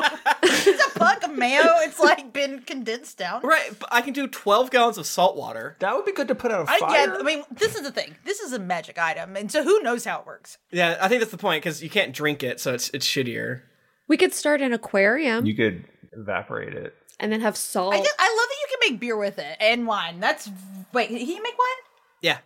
Speaker 5: Fuck mayo. It's like been condensed down.
Speaker 3: Right, but I can do 12 gallons of salt water.
Speaker 1: That would be good to put on
Speaker 5: I get. I mean, this is the thing. This is a magic item, and so who knows how it works?
Speaker 3: Yeah, I think that's the point because you can't drink it, so it's it's shittier.
Speaker 2: We could start an aquarium
Speaker 1: You could evaporate it.
Speaker 2: and then have salt.
Speaker 5: I, just, I love that you can make beer with it and wine. That's wait. He can make wine.
Speaker 3: Yeah.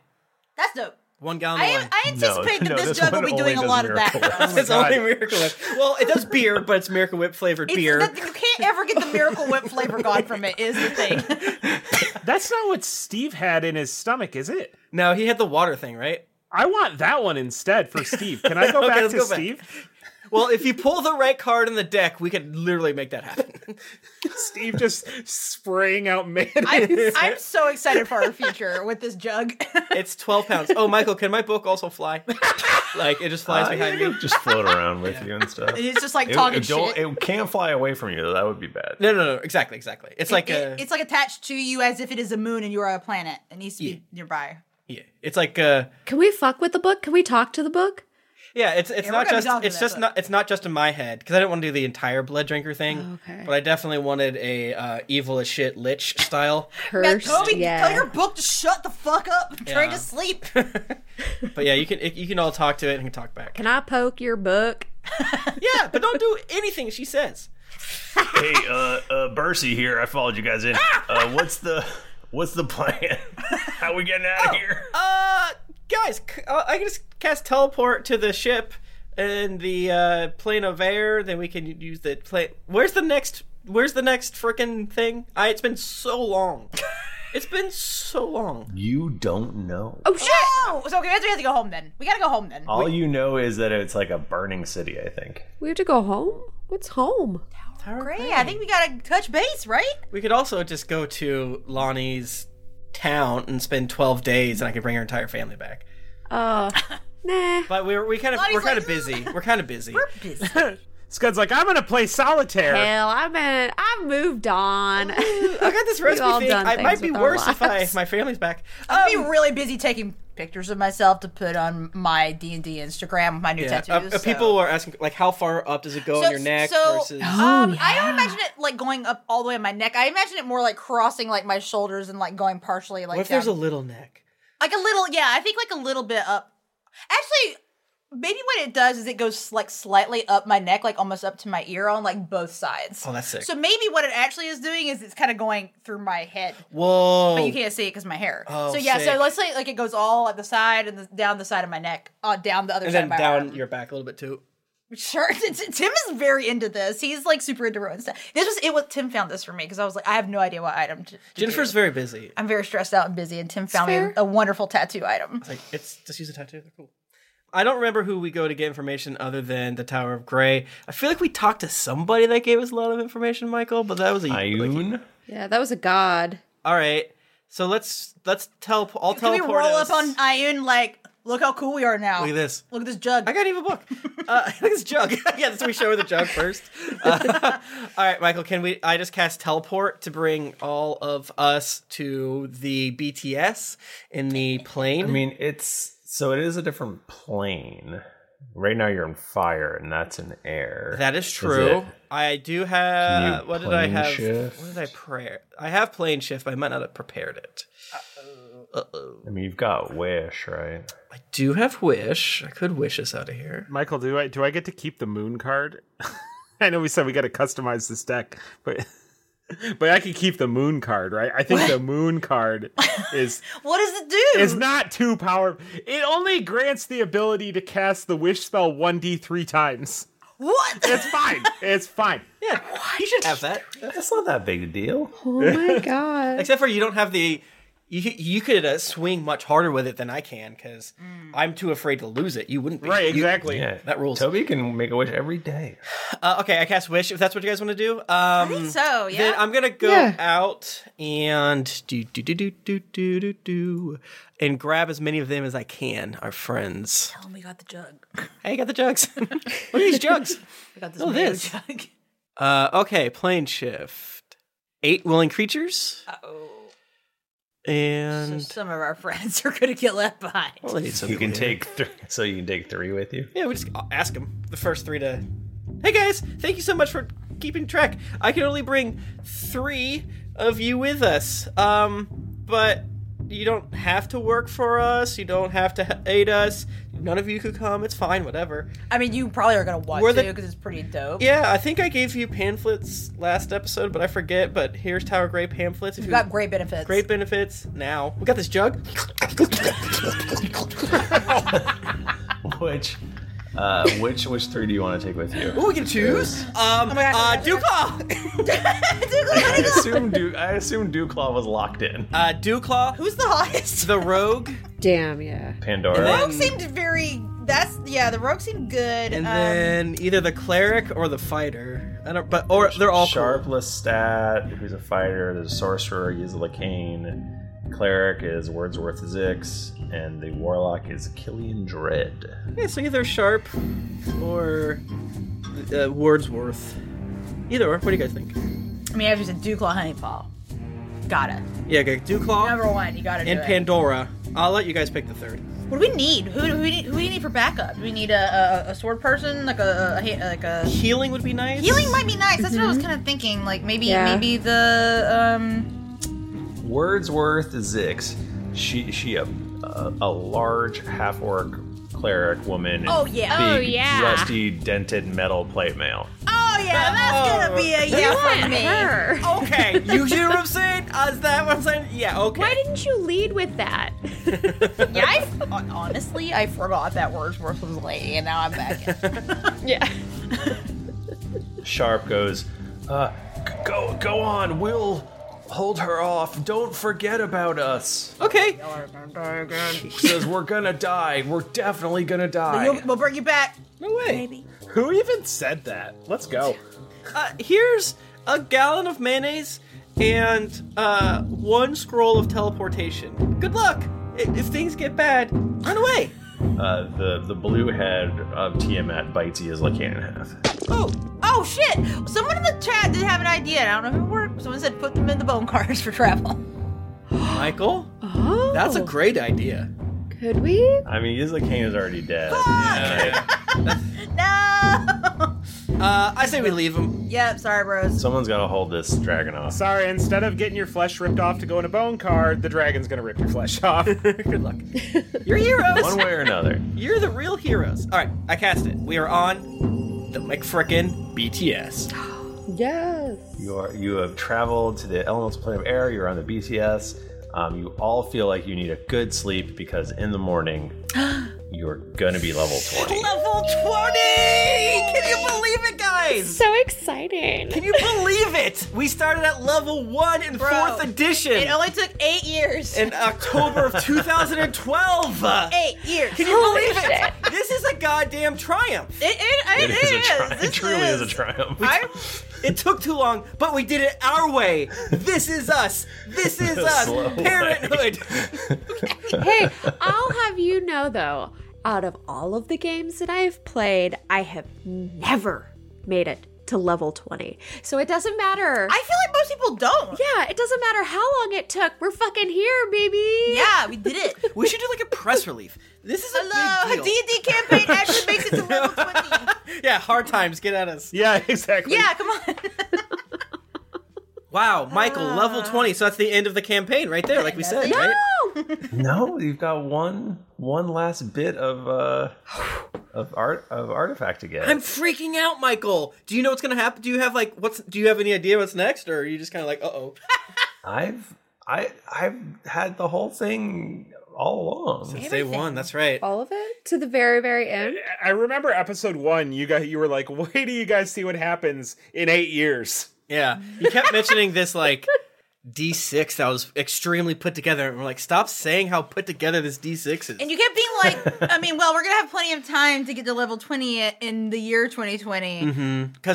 Speaker 5: That's dope.
Speaker 3: One gallon.
Speaker 5: I,
Speaker 3: of wine.
Speaker 5: I anticipate that this jug will be doing a lot of that.
Speaker 3: it's only Miracle Whip. Well, it does beer, but it's Miracle Whip flavored
Speaker 5: It's
Speaker 3: beer.
Speaker 5: that- you can't ever get the Miracle Whip flavor gone from it. Is the thing.
Speaker 4: That's not what Steve had in his stomach, is it?
Speaker 3: No, he had the water thing, right?
Speaker 4: I want that one instead for Steve. Can I go
Speaker 3: Okay,
Speaker 4: back
Speaker 3: let's
Speaker 4: to
Speaker 3: go back.
Speaker 4: Steve?
Speaker 3: Well, if you pull the right card in the deck, we could literally make that happen.
Speaker 4: Steve just spraying out mayonnaise.
Speaker 5: I'm, I'm so excited for our future with this jug.
Speaker 3: It's 12 pounds. Oh, Michael, can my book also fly? Like, it just flies
Speaker 1: Uh,
Speaker 3: behind
Speaker 1: you
Speaker 3: me.
Speaker 1: could Just float around with you and stuff.
Speaker 5: And it's just, like,
Speaker 1: It-
Speaker 5: talking
Speaker 1: it don't-
Speaker 5: shit.
Speaker 1: It can't fly away from you. though. That would be bad.
Speaker 3: No, no, no. Exactly, exactly. It's like
Speaker 5: It-
Speaker 3: a.
Speaker 5: it's like attached to you as if it is a moon and you are a planet. It needs to be nearby.
Speaker 3: Yeah, it's like uh
Speaker 2: Can we fuck with the book? Can we talk to the book?
Speaker 3: yeah, it's it's
Speaker 5: Yeah, we're
Speaker 3: not
Speaker 5: gonna be
Speaker 3: just
Speaker 5: talking
Speaker 3: it's
Speaker 5: about
Speaker 3: just
Speaker 5: that.
Speaker 3: not it's not just in my head because I didn't want to do the entire blood drinker thing.
Speaker 5: Oh, okay.
Speaker 3: But I definitely wanted a uh, evil as shit lich style.
Speaker 5: Yeah, Toby, tell your book to shut the fuck up. I'm trying
Speaker 3: Yeah.
Speaker 5: to sleep.
Speaker 3: But yeah, you can you can all talk to it and you can talk back.
Speaker 2: Can I poke your book?
Speaker 3: yeah, but don't do anything she says.
Speaker 9: hey, uh, uh, Bercy here. I followed you guys in. Uh, what's the what's the plan? How we getting out of here?
Speaker 3: Oh, Uh, guys, c- uh, I can just cast teleport to the ship and the uh, plane of air. Then we can use the plane. Where's the next? Where's the next frickin' thing? I. It's been so long. it's been so long.
Speaker 1: You don't know.
Speaker 5: oh shit! So okay, we have to- we have to go home then. We gotta go home then.
Speaker 1: All you know is that it's like a burning city. I think.
Speaker 2: We have to go home? What's home?
Speaker 5: Great. I think we gotta touch base, right?
Speaker 3: We could also just go to Lonnie's town and spend twelve days, and I could bring her entire family back.
Speaker 2: Uh, nah.
Speaker 3: But we're we kind of
Speaker 2: Lonnie's
Speaker 3: we're kind
Speaker 2: like,
Speaker 3: of busy. We're kind of busy.
Speaker 4: Scud's like, I'm gonna play solitaire.
Speaker 2: Hell, I've been, I've moved on. I
Speaker 3: got this recipe thing. I might be worse if Um, I my family's back.
Speaker 5: I'll be really busy taking pictures of myself to put on my D and D Instagram with my new
Speaker 3: Yeah, uh,
Speaker 5: tattoos.
Speaker 3: uh,
Speaker 5: so-
Speaker 3: people were asking like, how far up does it go on your neck
Speaker 5: so,
Speaker 3: versus?
Speaker 5: um, I don't imagine it like going up all the way in my neck. I imagine it more like crossing like my shoulders and like going partially like
Speaker 3: what if
Speaker 5: down.
Speaker 3: there's a little neck?
Speaker 5: like a little yeah i think like a little bit up actually maybe what it does is it goes like slightly up my neck like almost up to my ear on like both sides
Speaker 3: Oh, that's sick.
Speaker 5: so maybe what it actually is doing is it's kind of going through my head
Speaker 3: Whoa!
Speaker 5: but you can't see it because my hair
Speaker 3: Oh,
Speaker 5: so yeah so
Speaker 3: sick.
Speaker 5: let's say like it goes all at the side and the, down the side of my neck uh, down the other
Speaker 3: and
Speaker 5: side
Speaker 3: then
Speaker 5: of my
Speaker 3: down
Speaker 5: arm
Speaker 3: your back a little bit too.
Speaker 5: sure T- T- tim is very into this he's like super into rodent stuff this was it was tim found this for me because i was like i have no idea what item to, to
Speaker 3: Jennifer's
Speaker 5: do.
Speaker 3: very busy.
Speaker 5: i'm very stressed out and busy and tim found me
Speaker 3: fair.
Speaker 5: a, a wonderful tattoo item
Speaker 3: It's like it's just use a tattoo. They're cool. I don't remember who we go to get information other than the Tower of Grey. I feel like we talked to somebody that gave us a lot of information, Michael, but that was a Like,
Speaker 2: Yeah, that was a god.
Speaker 3: all right, so let's let's teleport. I'll
Speaker 5: Can we
Speaker 3: teleport.
Speaker 5: roll
Speaker 3: us.
Speaker 5: up on Ayun like, look how cool we are now?
Speaker 3: Look at this.
Speaker 5: Look at this jug. I
Speaker 3: got even a book. Uh, look at this jug. yeah, that's what we show her the jug first. Uh, all right, Michael, can we? I just cast teleport to bring all of us to the BTS in the plane.
Speaker 1: I mean, it's so it is a different plane. Right now, you're in fire, and that's in air.
Speaker 3: That is
Speaker 1: it-
Speaker 3: true. I do
Speaker 1: Can
Speaker 3: have.
Speaker 1: you
Speaker 3: What did I
Speaker 1: plane
Speaker 3: have?
Speaker 1: shift?
Speaker 3: What did I pray? I have plane shift, but I might not have prepared it. Uh oh.
Speaker 1: I mean, you've got wish, right?
Speaker 3: I do have wish. I could wish us out of here.
Speaker 4: Michael, do I do I get to keep the moon card? I know we said we got to customize this deck, but but I could keep the moon card, right? I think the moon card is
Speaker 5: What does it do?
Speaker 4: is not too powerful. It only grants the ability to cast the wish spell one d three times.
Speaker 5: What?
Speaker 4: It's fine. It's fine.
Speaker 3: Yeah, you should have that.
Speaker 1: That's not that big a deal.
Speaker 2: Oh my god.
Speaker 3: Except for you don't have the You could- you could uh, swing much harder with it than I can because I'm too afraid to lose it. You wouldn't be
Speaker 4: Right,
Speaker 3: You-
Speaker 4: exactly.
Speaker 3: that rules.
Speaker 1: Toby can make a wish every day.
Speaker 3: Uh, okay, I cast wish if that's what you guys want to do. Um, I think
Speaker 5: so, yeah.
Speaker 3: Then I'm gonna go out and do do do do do do do do, and grab as many of them as I can. Our friends.
Speaker 5: Oh, we got the jug.
Speaker 3: Hey, got the jugs. Look at these jugs.
Speaker 5: I got this
Speaker 3: Oh,
Speaker 5: mayo
Speaker 3: this.
Speaker 5: jug.
Speaker 3: Uh, okay, plane shift. Eight willing creatures.
Speaker 5: Uh oh. So
Speaker 3: And
Speaker 5: some of our friends are gonna get left behind.
Speaker 1: you can take three, so you can take three with you.
Speaker 3: yeah, we just uh, ask them the first three to. Hey guys, thank you so much for keeping track. I can only bring three of you with us. Um, but you don't have to work for us. You don't have to ha- aid us. None of you could come. It's fine. Whatever.
Speaker 5: I mean, you probably are gonna want
Speaker 3: We're
Speaker 5: to
Speaker 3: the-
Speaker 5: because it's pretty dope.
Speaker 3: Yeah, I think I gave you pamphlets last episode, but I forget. But here's Tower Gray pamphlets. If
Speaker 5: We've got great benefits.
Speaker 3: Great benefits. Now we got this jug.
Speaker 1: Which, uh, which which three do you want to take with you?
Speaker 3: Ooh, we can choose. Um, uh, Dewclaw.
Speaker 1: I assume du- I assume Dewclaw was locked in.
Speaker 3: Uh, Dewclaw.
Speaker 5: Who's the hottest?
Speaker 3: The Rogue.
Speaker 2: Damn, yeah.
Speaker 1: Pandora.
Speaker 5: The rogue seemed very. That's yeah. The rogue seemed good.
Speaker 3: And
Speaker 5: um,
Speaker 3: then either the cleric or the fighter. I don't. But or they're all
Speaker 1: sharp Lestat, who's a fighter. There's a sorcerer, Yizla Kane. Cleric is Wordsworth Zix, and the warlock is Killian Dread.
Speaker 3: Cool. Yeah, so either sharp or uh, Wordsworth. Either or. What do you guys think?
Speaker 5: I mean, after you said Dewclaw Honeyfall, gotta
Speaker 3: Yeah, okay. Dewclaw
Speaker 5: number one. You gotta do
Speaker 3: and
Speaker 5: it.
Speaker 3: Pandora. I'll let you guys pick the third.
Speaker 5: What do we need? Who do we need? Who do we need for backup? Do we need a, a, a sword person? Like a, a, a like a
Speaker 3: Healing would be nice. Mhm.
Speaker 5: Healing might be nice. That's what I was kind of thinking. Like maybe
Speaker 1: Yeah.
Speaker 5: maybe the um
Speaker 1: Wordsworth Zix. She she a a, a large half orc cleric woman. in
Speaker 5: Oh, yeah. Oh,
Speaker 1: big,
Speaker 5: yeah.
Speaker 1: Rusty dented metal plate mail.
Speaker 5: oh yeah that's gonna be a yeah for me.
Speaker 3: Okay, you hear what I'm saying? Uh, Is that what I'm saying? Yeah. Okay.
Speaker 2: Why didn't you lead with that?
Speaker 5: yeah, I, hon- honestly I forgot that Wordsworth was a lady, and now I'm back. In.
Speaker 1: Sharp goes, uh, g- go go on. We'll hold her off. Don't forget about us.
Speaker 3: Okay.
Speaker 1: She says we're gonna die. We're definitely gonna die.
Speaker 5: We'll, we'll bring you back.
Speaker 3: No way.
Speaker 5: Maybe.
Speaker 1: Who even said that? Let's go.
Speaker 3: Uh, here's a gallon of mayonnaise and uh, one scroll of teleportation. Good luck. I- If things get bad, run away.
Speaker 1: Uh, the the blue head of Tiamat bites Yizla Kane in half.
Speaker 5: Oh shit! Someone in the chat did have an idea. and I don't know if it worked. Someone said put them in the bone cards for travel.
Speaker 3: Michael,
Speaker 2: oh.
Speaker 3: that's a great idea.
Speaker 2: Could we?
Speaker 1: I mean, Yizla Kane is already dead.
Speaker 3: Uh, I say we leave him.
Speaker 5: Yep. Sorry, bros.
Speaker 1: Someone's got to hold this dragon off.
Speaker 4: Sorry, instead of getting your flesh ripped off to go in a bone card, the dragon's gonna rip your flesh off. Good
Speaker 3: luck. You're heroes.
Speaker 1: One way or another.
Speaker 3: You're the real heroes. All right, I cast it. We are on the McFrickin BTS.
Speaker 2: Yes.
Speaker 1: You are you have traveled to the elemental plane of air. You're on the BTS. Um, you all feel like you need a good sleep because in the morning you're gonna be level twenty.
Speaker 3: Level 20! Can you believe it, guys?
Speaker 2: So exciting.
Speaker 3: Can you believe it? We started at level one in fourth edition.
Speaker 5: It only took eight years.
Speaker 3: in October of 2012.
Speaker 5: Eight years.
Speaker 3: Can you believe it? This is a goddamn triumph.
Speaker 5: It, it, it, it is.
Speaker 1: a tri- it truly is. a triumph.
Speaker 3: It took too long, but we did it our way. This is us. This is
Speaker 1: The
Speaker 3: us.
Speaker 1: slow way.
Speaker 3: Parenthood.
Speaker 2: hey, I'll have you know though, out of all of the games that I have played, I have never made it to level 20. So it doesn't matter.
Speaker 5: I feel like most people don't.
Speaker 2: yeah, it doesn't matter how long it took. We're fucking here, baby.
Speaker 5: Yeah, we did it.
Speaker 3: We should do like a press relief. This is a
Speaker 5: Hello,
Speaker 3: big
Speaker 5: a
Speaker 3: deal.
Speaker 5: D&D campaign actually makes it to level 20.
Speaker 3: Yeah, hard times. Get at us.
Speaker 4: Yeah, exactly.
Speaker 5: Yeah, come on.
Speaker 3: Wow, Michael, level 20. So that's the end of the campaign right there, like we said, right?
Speaker 1: no, you've got one one last bit of uh of art of artifact to get.
Speaker 3: I'm freaking out, Michael. Do you know what's gonna happen? Do you have like what's? Do you have any idea what's next, or are you just kind of like, uh oh?
Speaker 1: I've I I've had the whole thing all along.
Speaker 3: Since day one, that's right.
Speaker 2: All of it to the very, very end.
Speaker 4: I remember episode one, you got you were like, wait do you guys see what happens in eight years.
Speaker 3: Yeah, you kept mentioning this like D6 that was extremely put together. And we're like, stop saying how put together this D6 is.
Speaker 5: And you kept being like, I mean, well, we're gonna have plenty of time to get to level twenty i- in the year twenty
Speaker 3: Because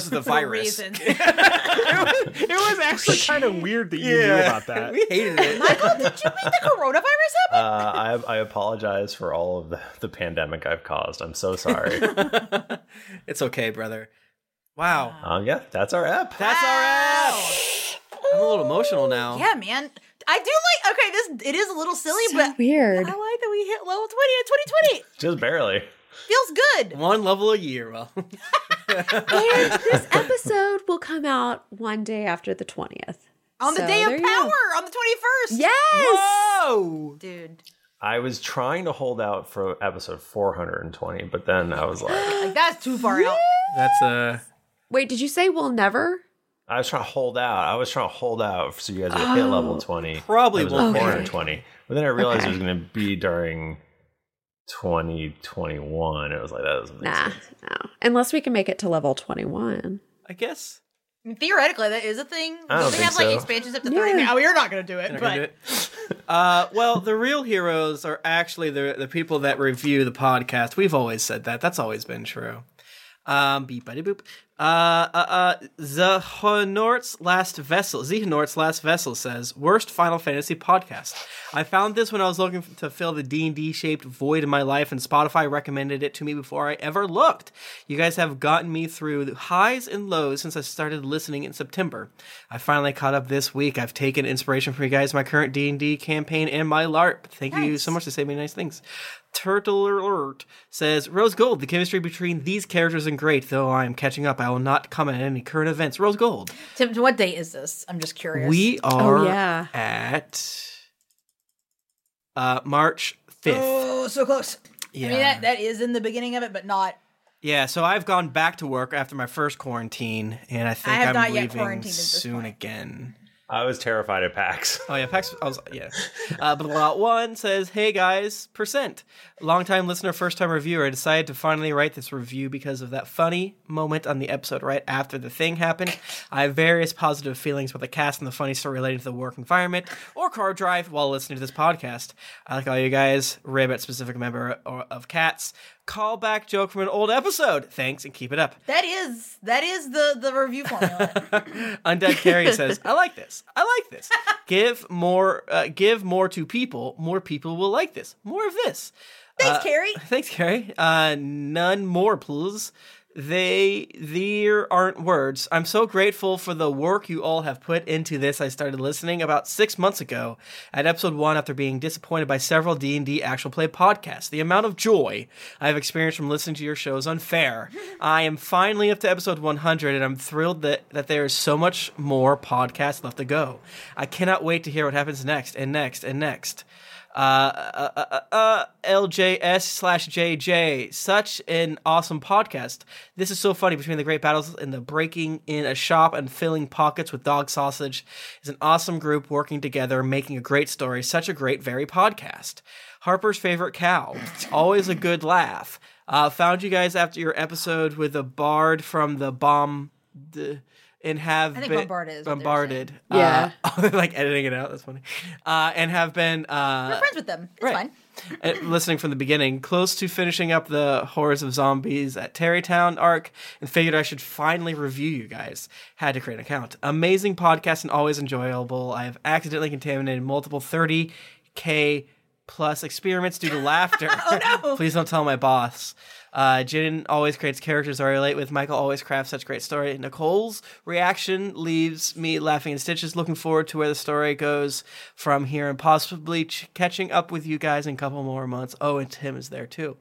Speaker 3: of Mm-hmm. the virus.
Speaker 4: It was actually kind of weird that you knew
Speaker 1: Yeah.
Speaker 4: about that.
Speaker 3: we hated it.
Speaker 5: coronavirus happened.
Speaker 1: Uh, I, I apologize for all of the, the pandemic I've caused. I'm so sorry.
Speaker 3: it's okay, brother. Wow.
Speaker 1: Um, yeah, that's our app.
Speaker 3: That's our app. I'm a little emotional
Speaker 2: Oh.
Speaker 3: now.
Speaker 5: Yeah, man. I do like. Okay, this it is a little silly, but
Speaker 2: weird.
Speaker 5: I like that we hit level twenty in twenty twenty.
Speaker 1: Just barely.
Speaker 5: Feels good.
Speaker 3: One level a year. Well,
Speaker 2: this episode will come out one day after the 20th.
Speaker 5: On the
Speaker 2: So
Speaker 5: day of
Speaker 2: there
Speaker 5: power,
Speaker 2: you go.
Speaker 5: on the twenty first.
Speaker 2: Yes!
Speaker 3: Whoa,
Speaker 5: dude.
Speaker 1: I was trying to hold out for episode 420, but then I was like,
Speaker 5: Like that's too far out.
Speaker 3: that's a.
Speaker 2: Wait, did you say we'll never?
Speaker 1: I was trying to hold out. I was trying to hold out so you guys would hit
Speaker 2: Oh.
Speaker 1: level 20.
Speaker 3: Probably
Speaker 1: It was
Speaker 3: won't
Speaker 1: like
Speaker 3: hit.
Speaker 1: 420. But then I realized
Speaker 2: Okay.
Speaker 1: it was going to be during 2021. It was like, that doesn't make
Speaker 2: Nah, no. Unless we can make it to level 21.
Speaker 3: I guess.
Speaker 5: Theoretically, that is a thing.
Speaker 2: I don't
Speaker 5: they
Speaker 2: think
Speaker 5: have like
Speaker 2: so.
Speaker 5: expansions up to thirty now? You're not gonna do it,
Speaker 3: They're
Speaker 5: but
Speaker 3: gonna do it. uh, well, the real heroes are actually the the people that review the podcast. We've always said that. That's always been true. Um, beep buddy boop. Uh, uh, uh, Zehonort's Last Vessel. Zehonort's Last Vessel says worst Final Fantasy podcast. I found this when I was looking f- to fill the D and D shaped void in my life, and Spotify recommended it to me before I ever looked. You guys have gotten me through the highs and lows since I started listening in September. I finally caught up this week. I've taken inspiration from you guys, my current D and D campaign, and my LARP. Thank you so much to say many nice things. Turtle Alert says Rose Gold. The chemistry between these characters is great, though I am catching up. I will not comment on any current events. Rose Gold.
Speaker 5: Tim, what date is this? I'm just curious. Oh,
Speaker 3: We
Speaker 2: Oh,
Speaker 3: are at uh, March fifth.
Speaker 5: Oh, so close. I
Speaker 3: Yeah.
Speaker 5: mean, that, that is in the beginning of it, but not.
Speaker 3: Yeah, so I've gone back to work after my first quarantine, and I think
Speaker 5: have
Speaker 3: am
Speaker 5: not yet
Speaker 3: leaving
Speaker 5: quarantined at this
Speaker 3: soon again.
Speaker 1: I was terrified of PAX.
Speaker 3: Oh yeah, PAX. I was yeah. Uh, but lot one says, "Hey guys, percent, longtime listener, first time reviewer. I decided to finally write this review because of that funny moment on the episode right after the thing happened. I have various positive feelings about the cast and the funny story relating to the work environment or car drive while listening to this podcast. I like all you guys. Rib at specific member o- of Cats. Callback joke from an old episode. Thanks and keep it up."
Speaker 5: That is that is the the review formula.
Speaker 3: Undead Carrie says, "I like this. I like this. Give more. Uh, give more to people. More people will like this. More of this."
Speaker 5: Thanks,
Speaker 3: Uh,
Speaker 5: Carrie.
Speaker 3: Thanks, Carrie. Uh, none more, please. They there aren't words. I'm so grateful for the work you all have put into this. I started listening about six months ago at episode one after being disappointed by several D and D actual play podcasts. The amount of joy I've experienced from listening to your show is unfair. I am finally up to episode 100, and I'm thrilled that that there is so much more podcast left to go. I cannot wait to hear what happens next and next and next uh, uh, uh, uh, uh, LJS slash JJ. Such an awesome podcast. This is so funny between the great battles and the breaking in a shop and filling pockets with dog sausage. is an awesome group working together, making a great story. Such a great, very podcast. Harper's favorite cow. Always a good laugh. Uh, found you guys after your episode with a bard from the bomb. D- and have
Speaker 5: I think
Speaker 3: been
Speaker 5: Bombard is what they're
Speaker 3: bombarded.
Speaker 5: saying.
Speaker 3: Uh, like editing it out. That's funny. Uh, and have been uh,
Speaker 5: We're friends with them. It's fine.
Speaker 3: uh, listening from the beginning, close to finishing up the Horrors of Zombies at Terrytown arc, and figured I should finally review you guys. Had to create an account. Amazing podcast and always enjoyable. I have accidentally contaminated multiple 30k plus experiments due to laughter. oh no! Please don't tell my boss. Uh, Jin always creates characters I relate with. Michael always crafts such great story. Nicole's reaction leaves me laughing in stitches. Looking forward to where the story goes from here and possibly ch- catching up with you guys in a couple more months. Oh, and Tim is there too.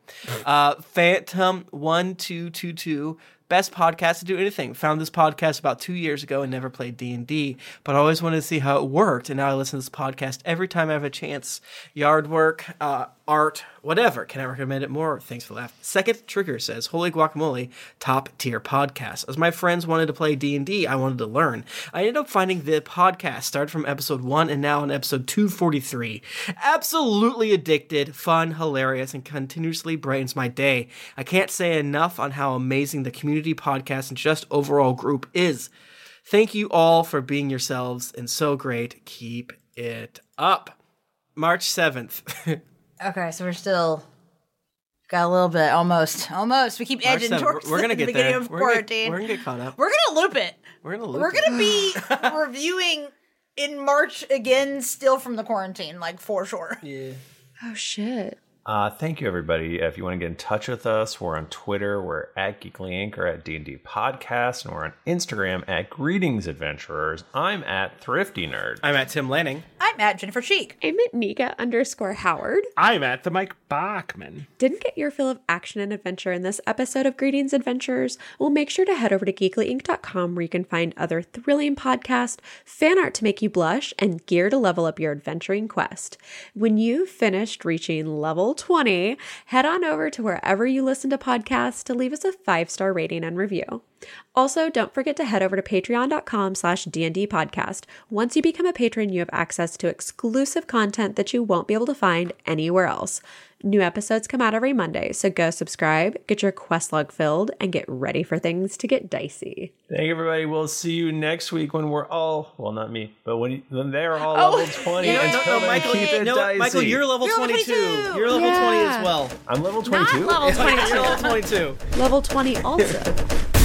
Speaker 3: Uh, Phantom one two two two. Best podcast to do anything. Found this podcast about two years ago and never played D and D, but I always wanted to see how it worked. And now I listen to this podcast every time I have a chance. Yard work, uh, art, whatever. Can I recommend it more? Thanks for laughing. Second trigger says, "Holy guacamole, top tier podcast." As my friends wanted to play D and D, I wanted to learn. I ended up finding the podcast started from episode one and now on episode two forty three. Absolutely addicted, fun, hilarious, and continuously brightens my day. I can't say enough on how amazing the community podcast and just overall group is. Thank you all for being yourselves and so great. Keep it up. March 7th.
Speaker 5: Okay, so we're still got a little bit, almost, almost. We keep
Speaker 3: March
Speaker 5: edging
Speaker 3: 7th.
Speaker 5: towards
Speaker 3: We're- we're gonna
Speaker 5: the
Speaker 3: get
Speaker 5: beginning
Speaker 3: there.
Speaker 5: of
Speaker 3: We're gonna-
Speaker 5: quarantine.
Speaker 3: we're gonna get caught up.
Speaker 5: We're gonna loop it.
Speaker 3: We're going to loop
Speaker 5: We're
Speaker 3: it.
Speaker 5: gonna be reviewing in March again, still from the quarantine, like for sure.
Speaker 3: Yeah.
Speaker 2: Oh shit.
Speaker 1: Uh, thank you, everybody. If you want to get in touch with us, we're on Twitter. We're at Geekly Inc. or at D&D Podcast. And we're on Instagram at Greetings Adventurers. I'm at Thrifty Nerd.
Speaker 3: I'm at Tim Lanning.
Speaker 5: I'm at Jennifer Cheek.
Speaker 2: I'm at Nika underscore Howard.
Speaker 4: I'm at the Mike Bachman.
Speaker 2: Didn't get your fill of action and adventure in this episode of Greetings Adventurers? Well, make sure to head over to geeklyinc.com where you can find other thrilling podcast, fan art to make you blush, and gear to level up your adventuring quest. When you've finished reaching level 20, head on over to wherever you listen to podcasts to leave us a five-star rating and review. Also, don't forget to head over to patreon.com slash DND podcast. Once you become a patron, you have access to exclusive content that you won't be able to find anywhere else. New episodes come out every Monday, so go subscribe, get your quest log filled, and get ready for things to get dicey.
Speaker 1: Thank you, everybody. We'll see you next week when we're all, well, not me, but when, when they're all
Speaker 3: Oh,
Speaker 1: level 20.
Speaker 3: yeah.
Speaker 1: until
Speaker 3: No,
Speaker 1: they
Speaker 3: Michael,
Speaker 1: keep it
Speaker 3: you know what? Michael,
Speaker 1: dicey.
Speaker 3: you're level You're level 22. 22. You're level 20 as Yeah. well.
Speaker 1: I'm level 22?
Speaker 3: You're level 22.
Speaker 2: Level 20 also.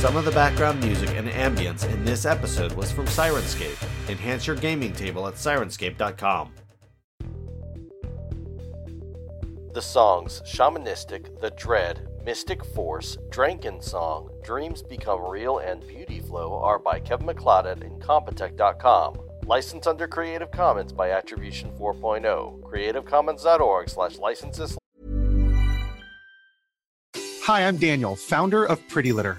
Speaker 10: Some of the background music and ambience in this episode was from Sirenscape. Enhance your gaming table at sirenscape.com.
Speaker 12: The songs Shamanistic, The Dread, Mystic Force, Dranken Song, Dreams Become Real, and Beauty Flow are by Kevin McLeod at Incompetech.com. Licensed under Creative Commons by Attribution oh. 4.0. CreativeCommons.org slash licenses
Speaker 13: Hi, I'm Daniel, founder of Pretty Litter.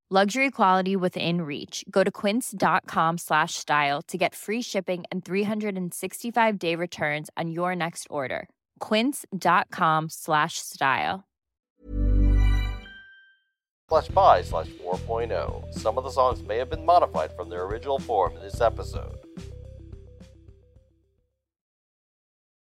Speaker 14: Luxury quality within reach. Go to quince.com slash style to get free shipping and 365 day returns on your next order. Quince.com slash style.
Speaker 12: slash oh. by slash 4.0. Some of the songs may have been modified from their original form in this episode.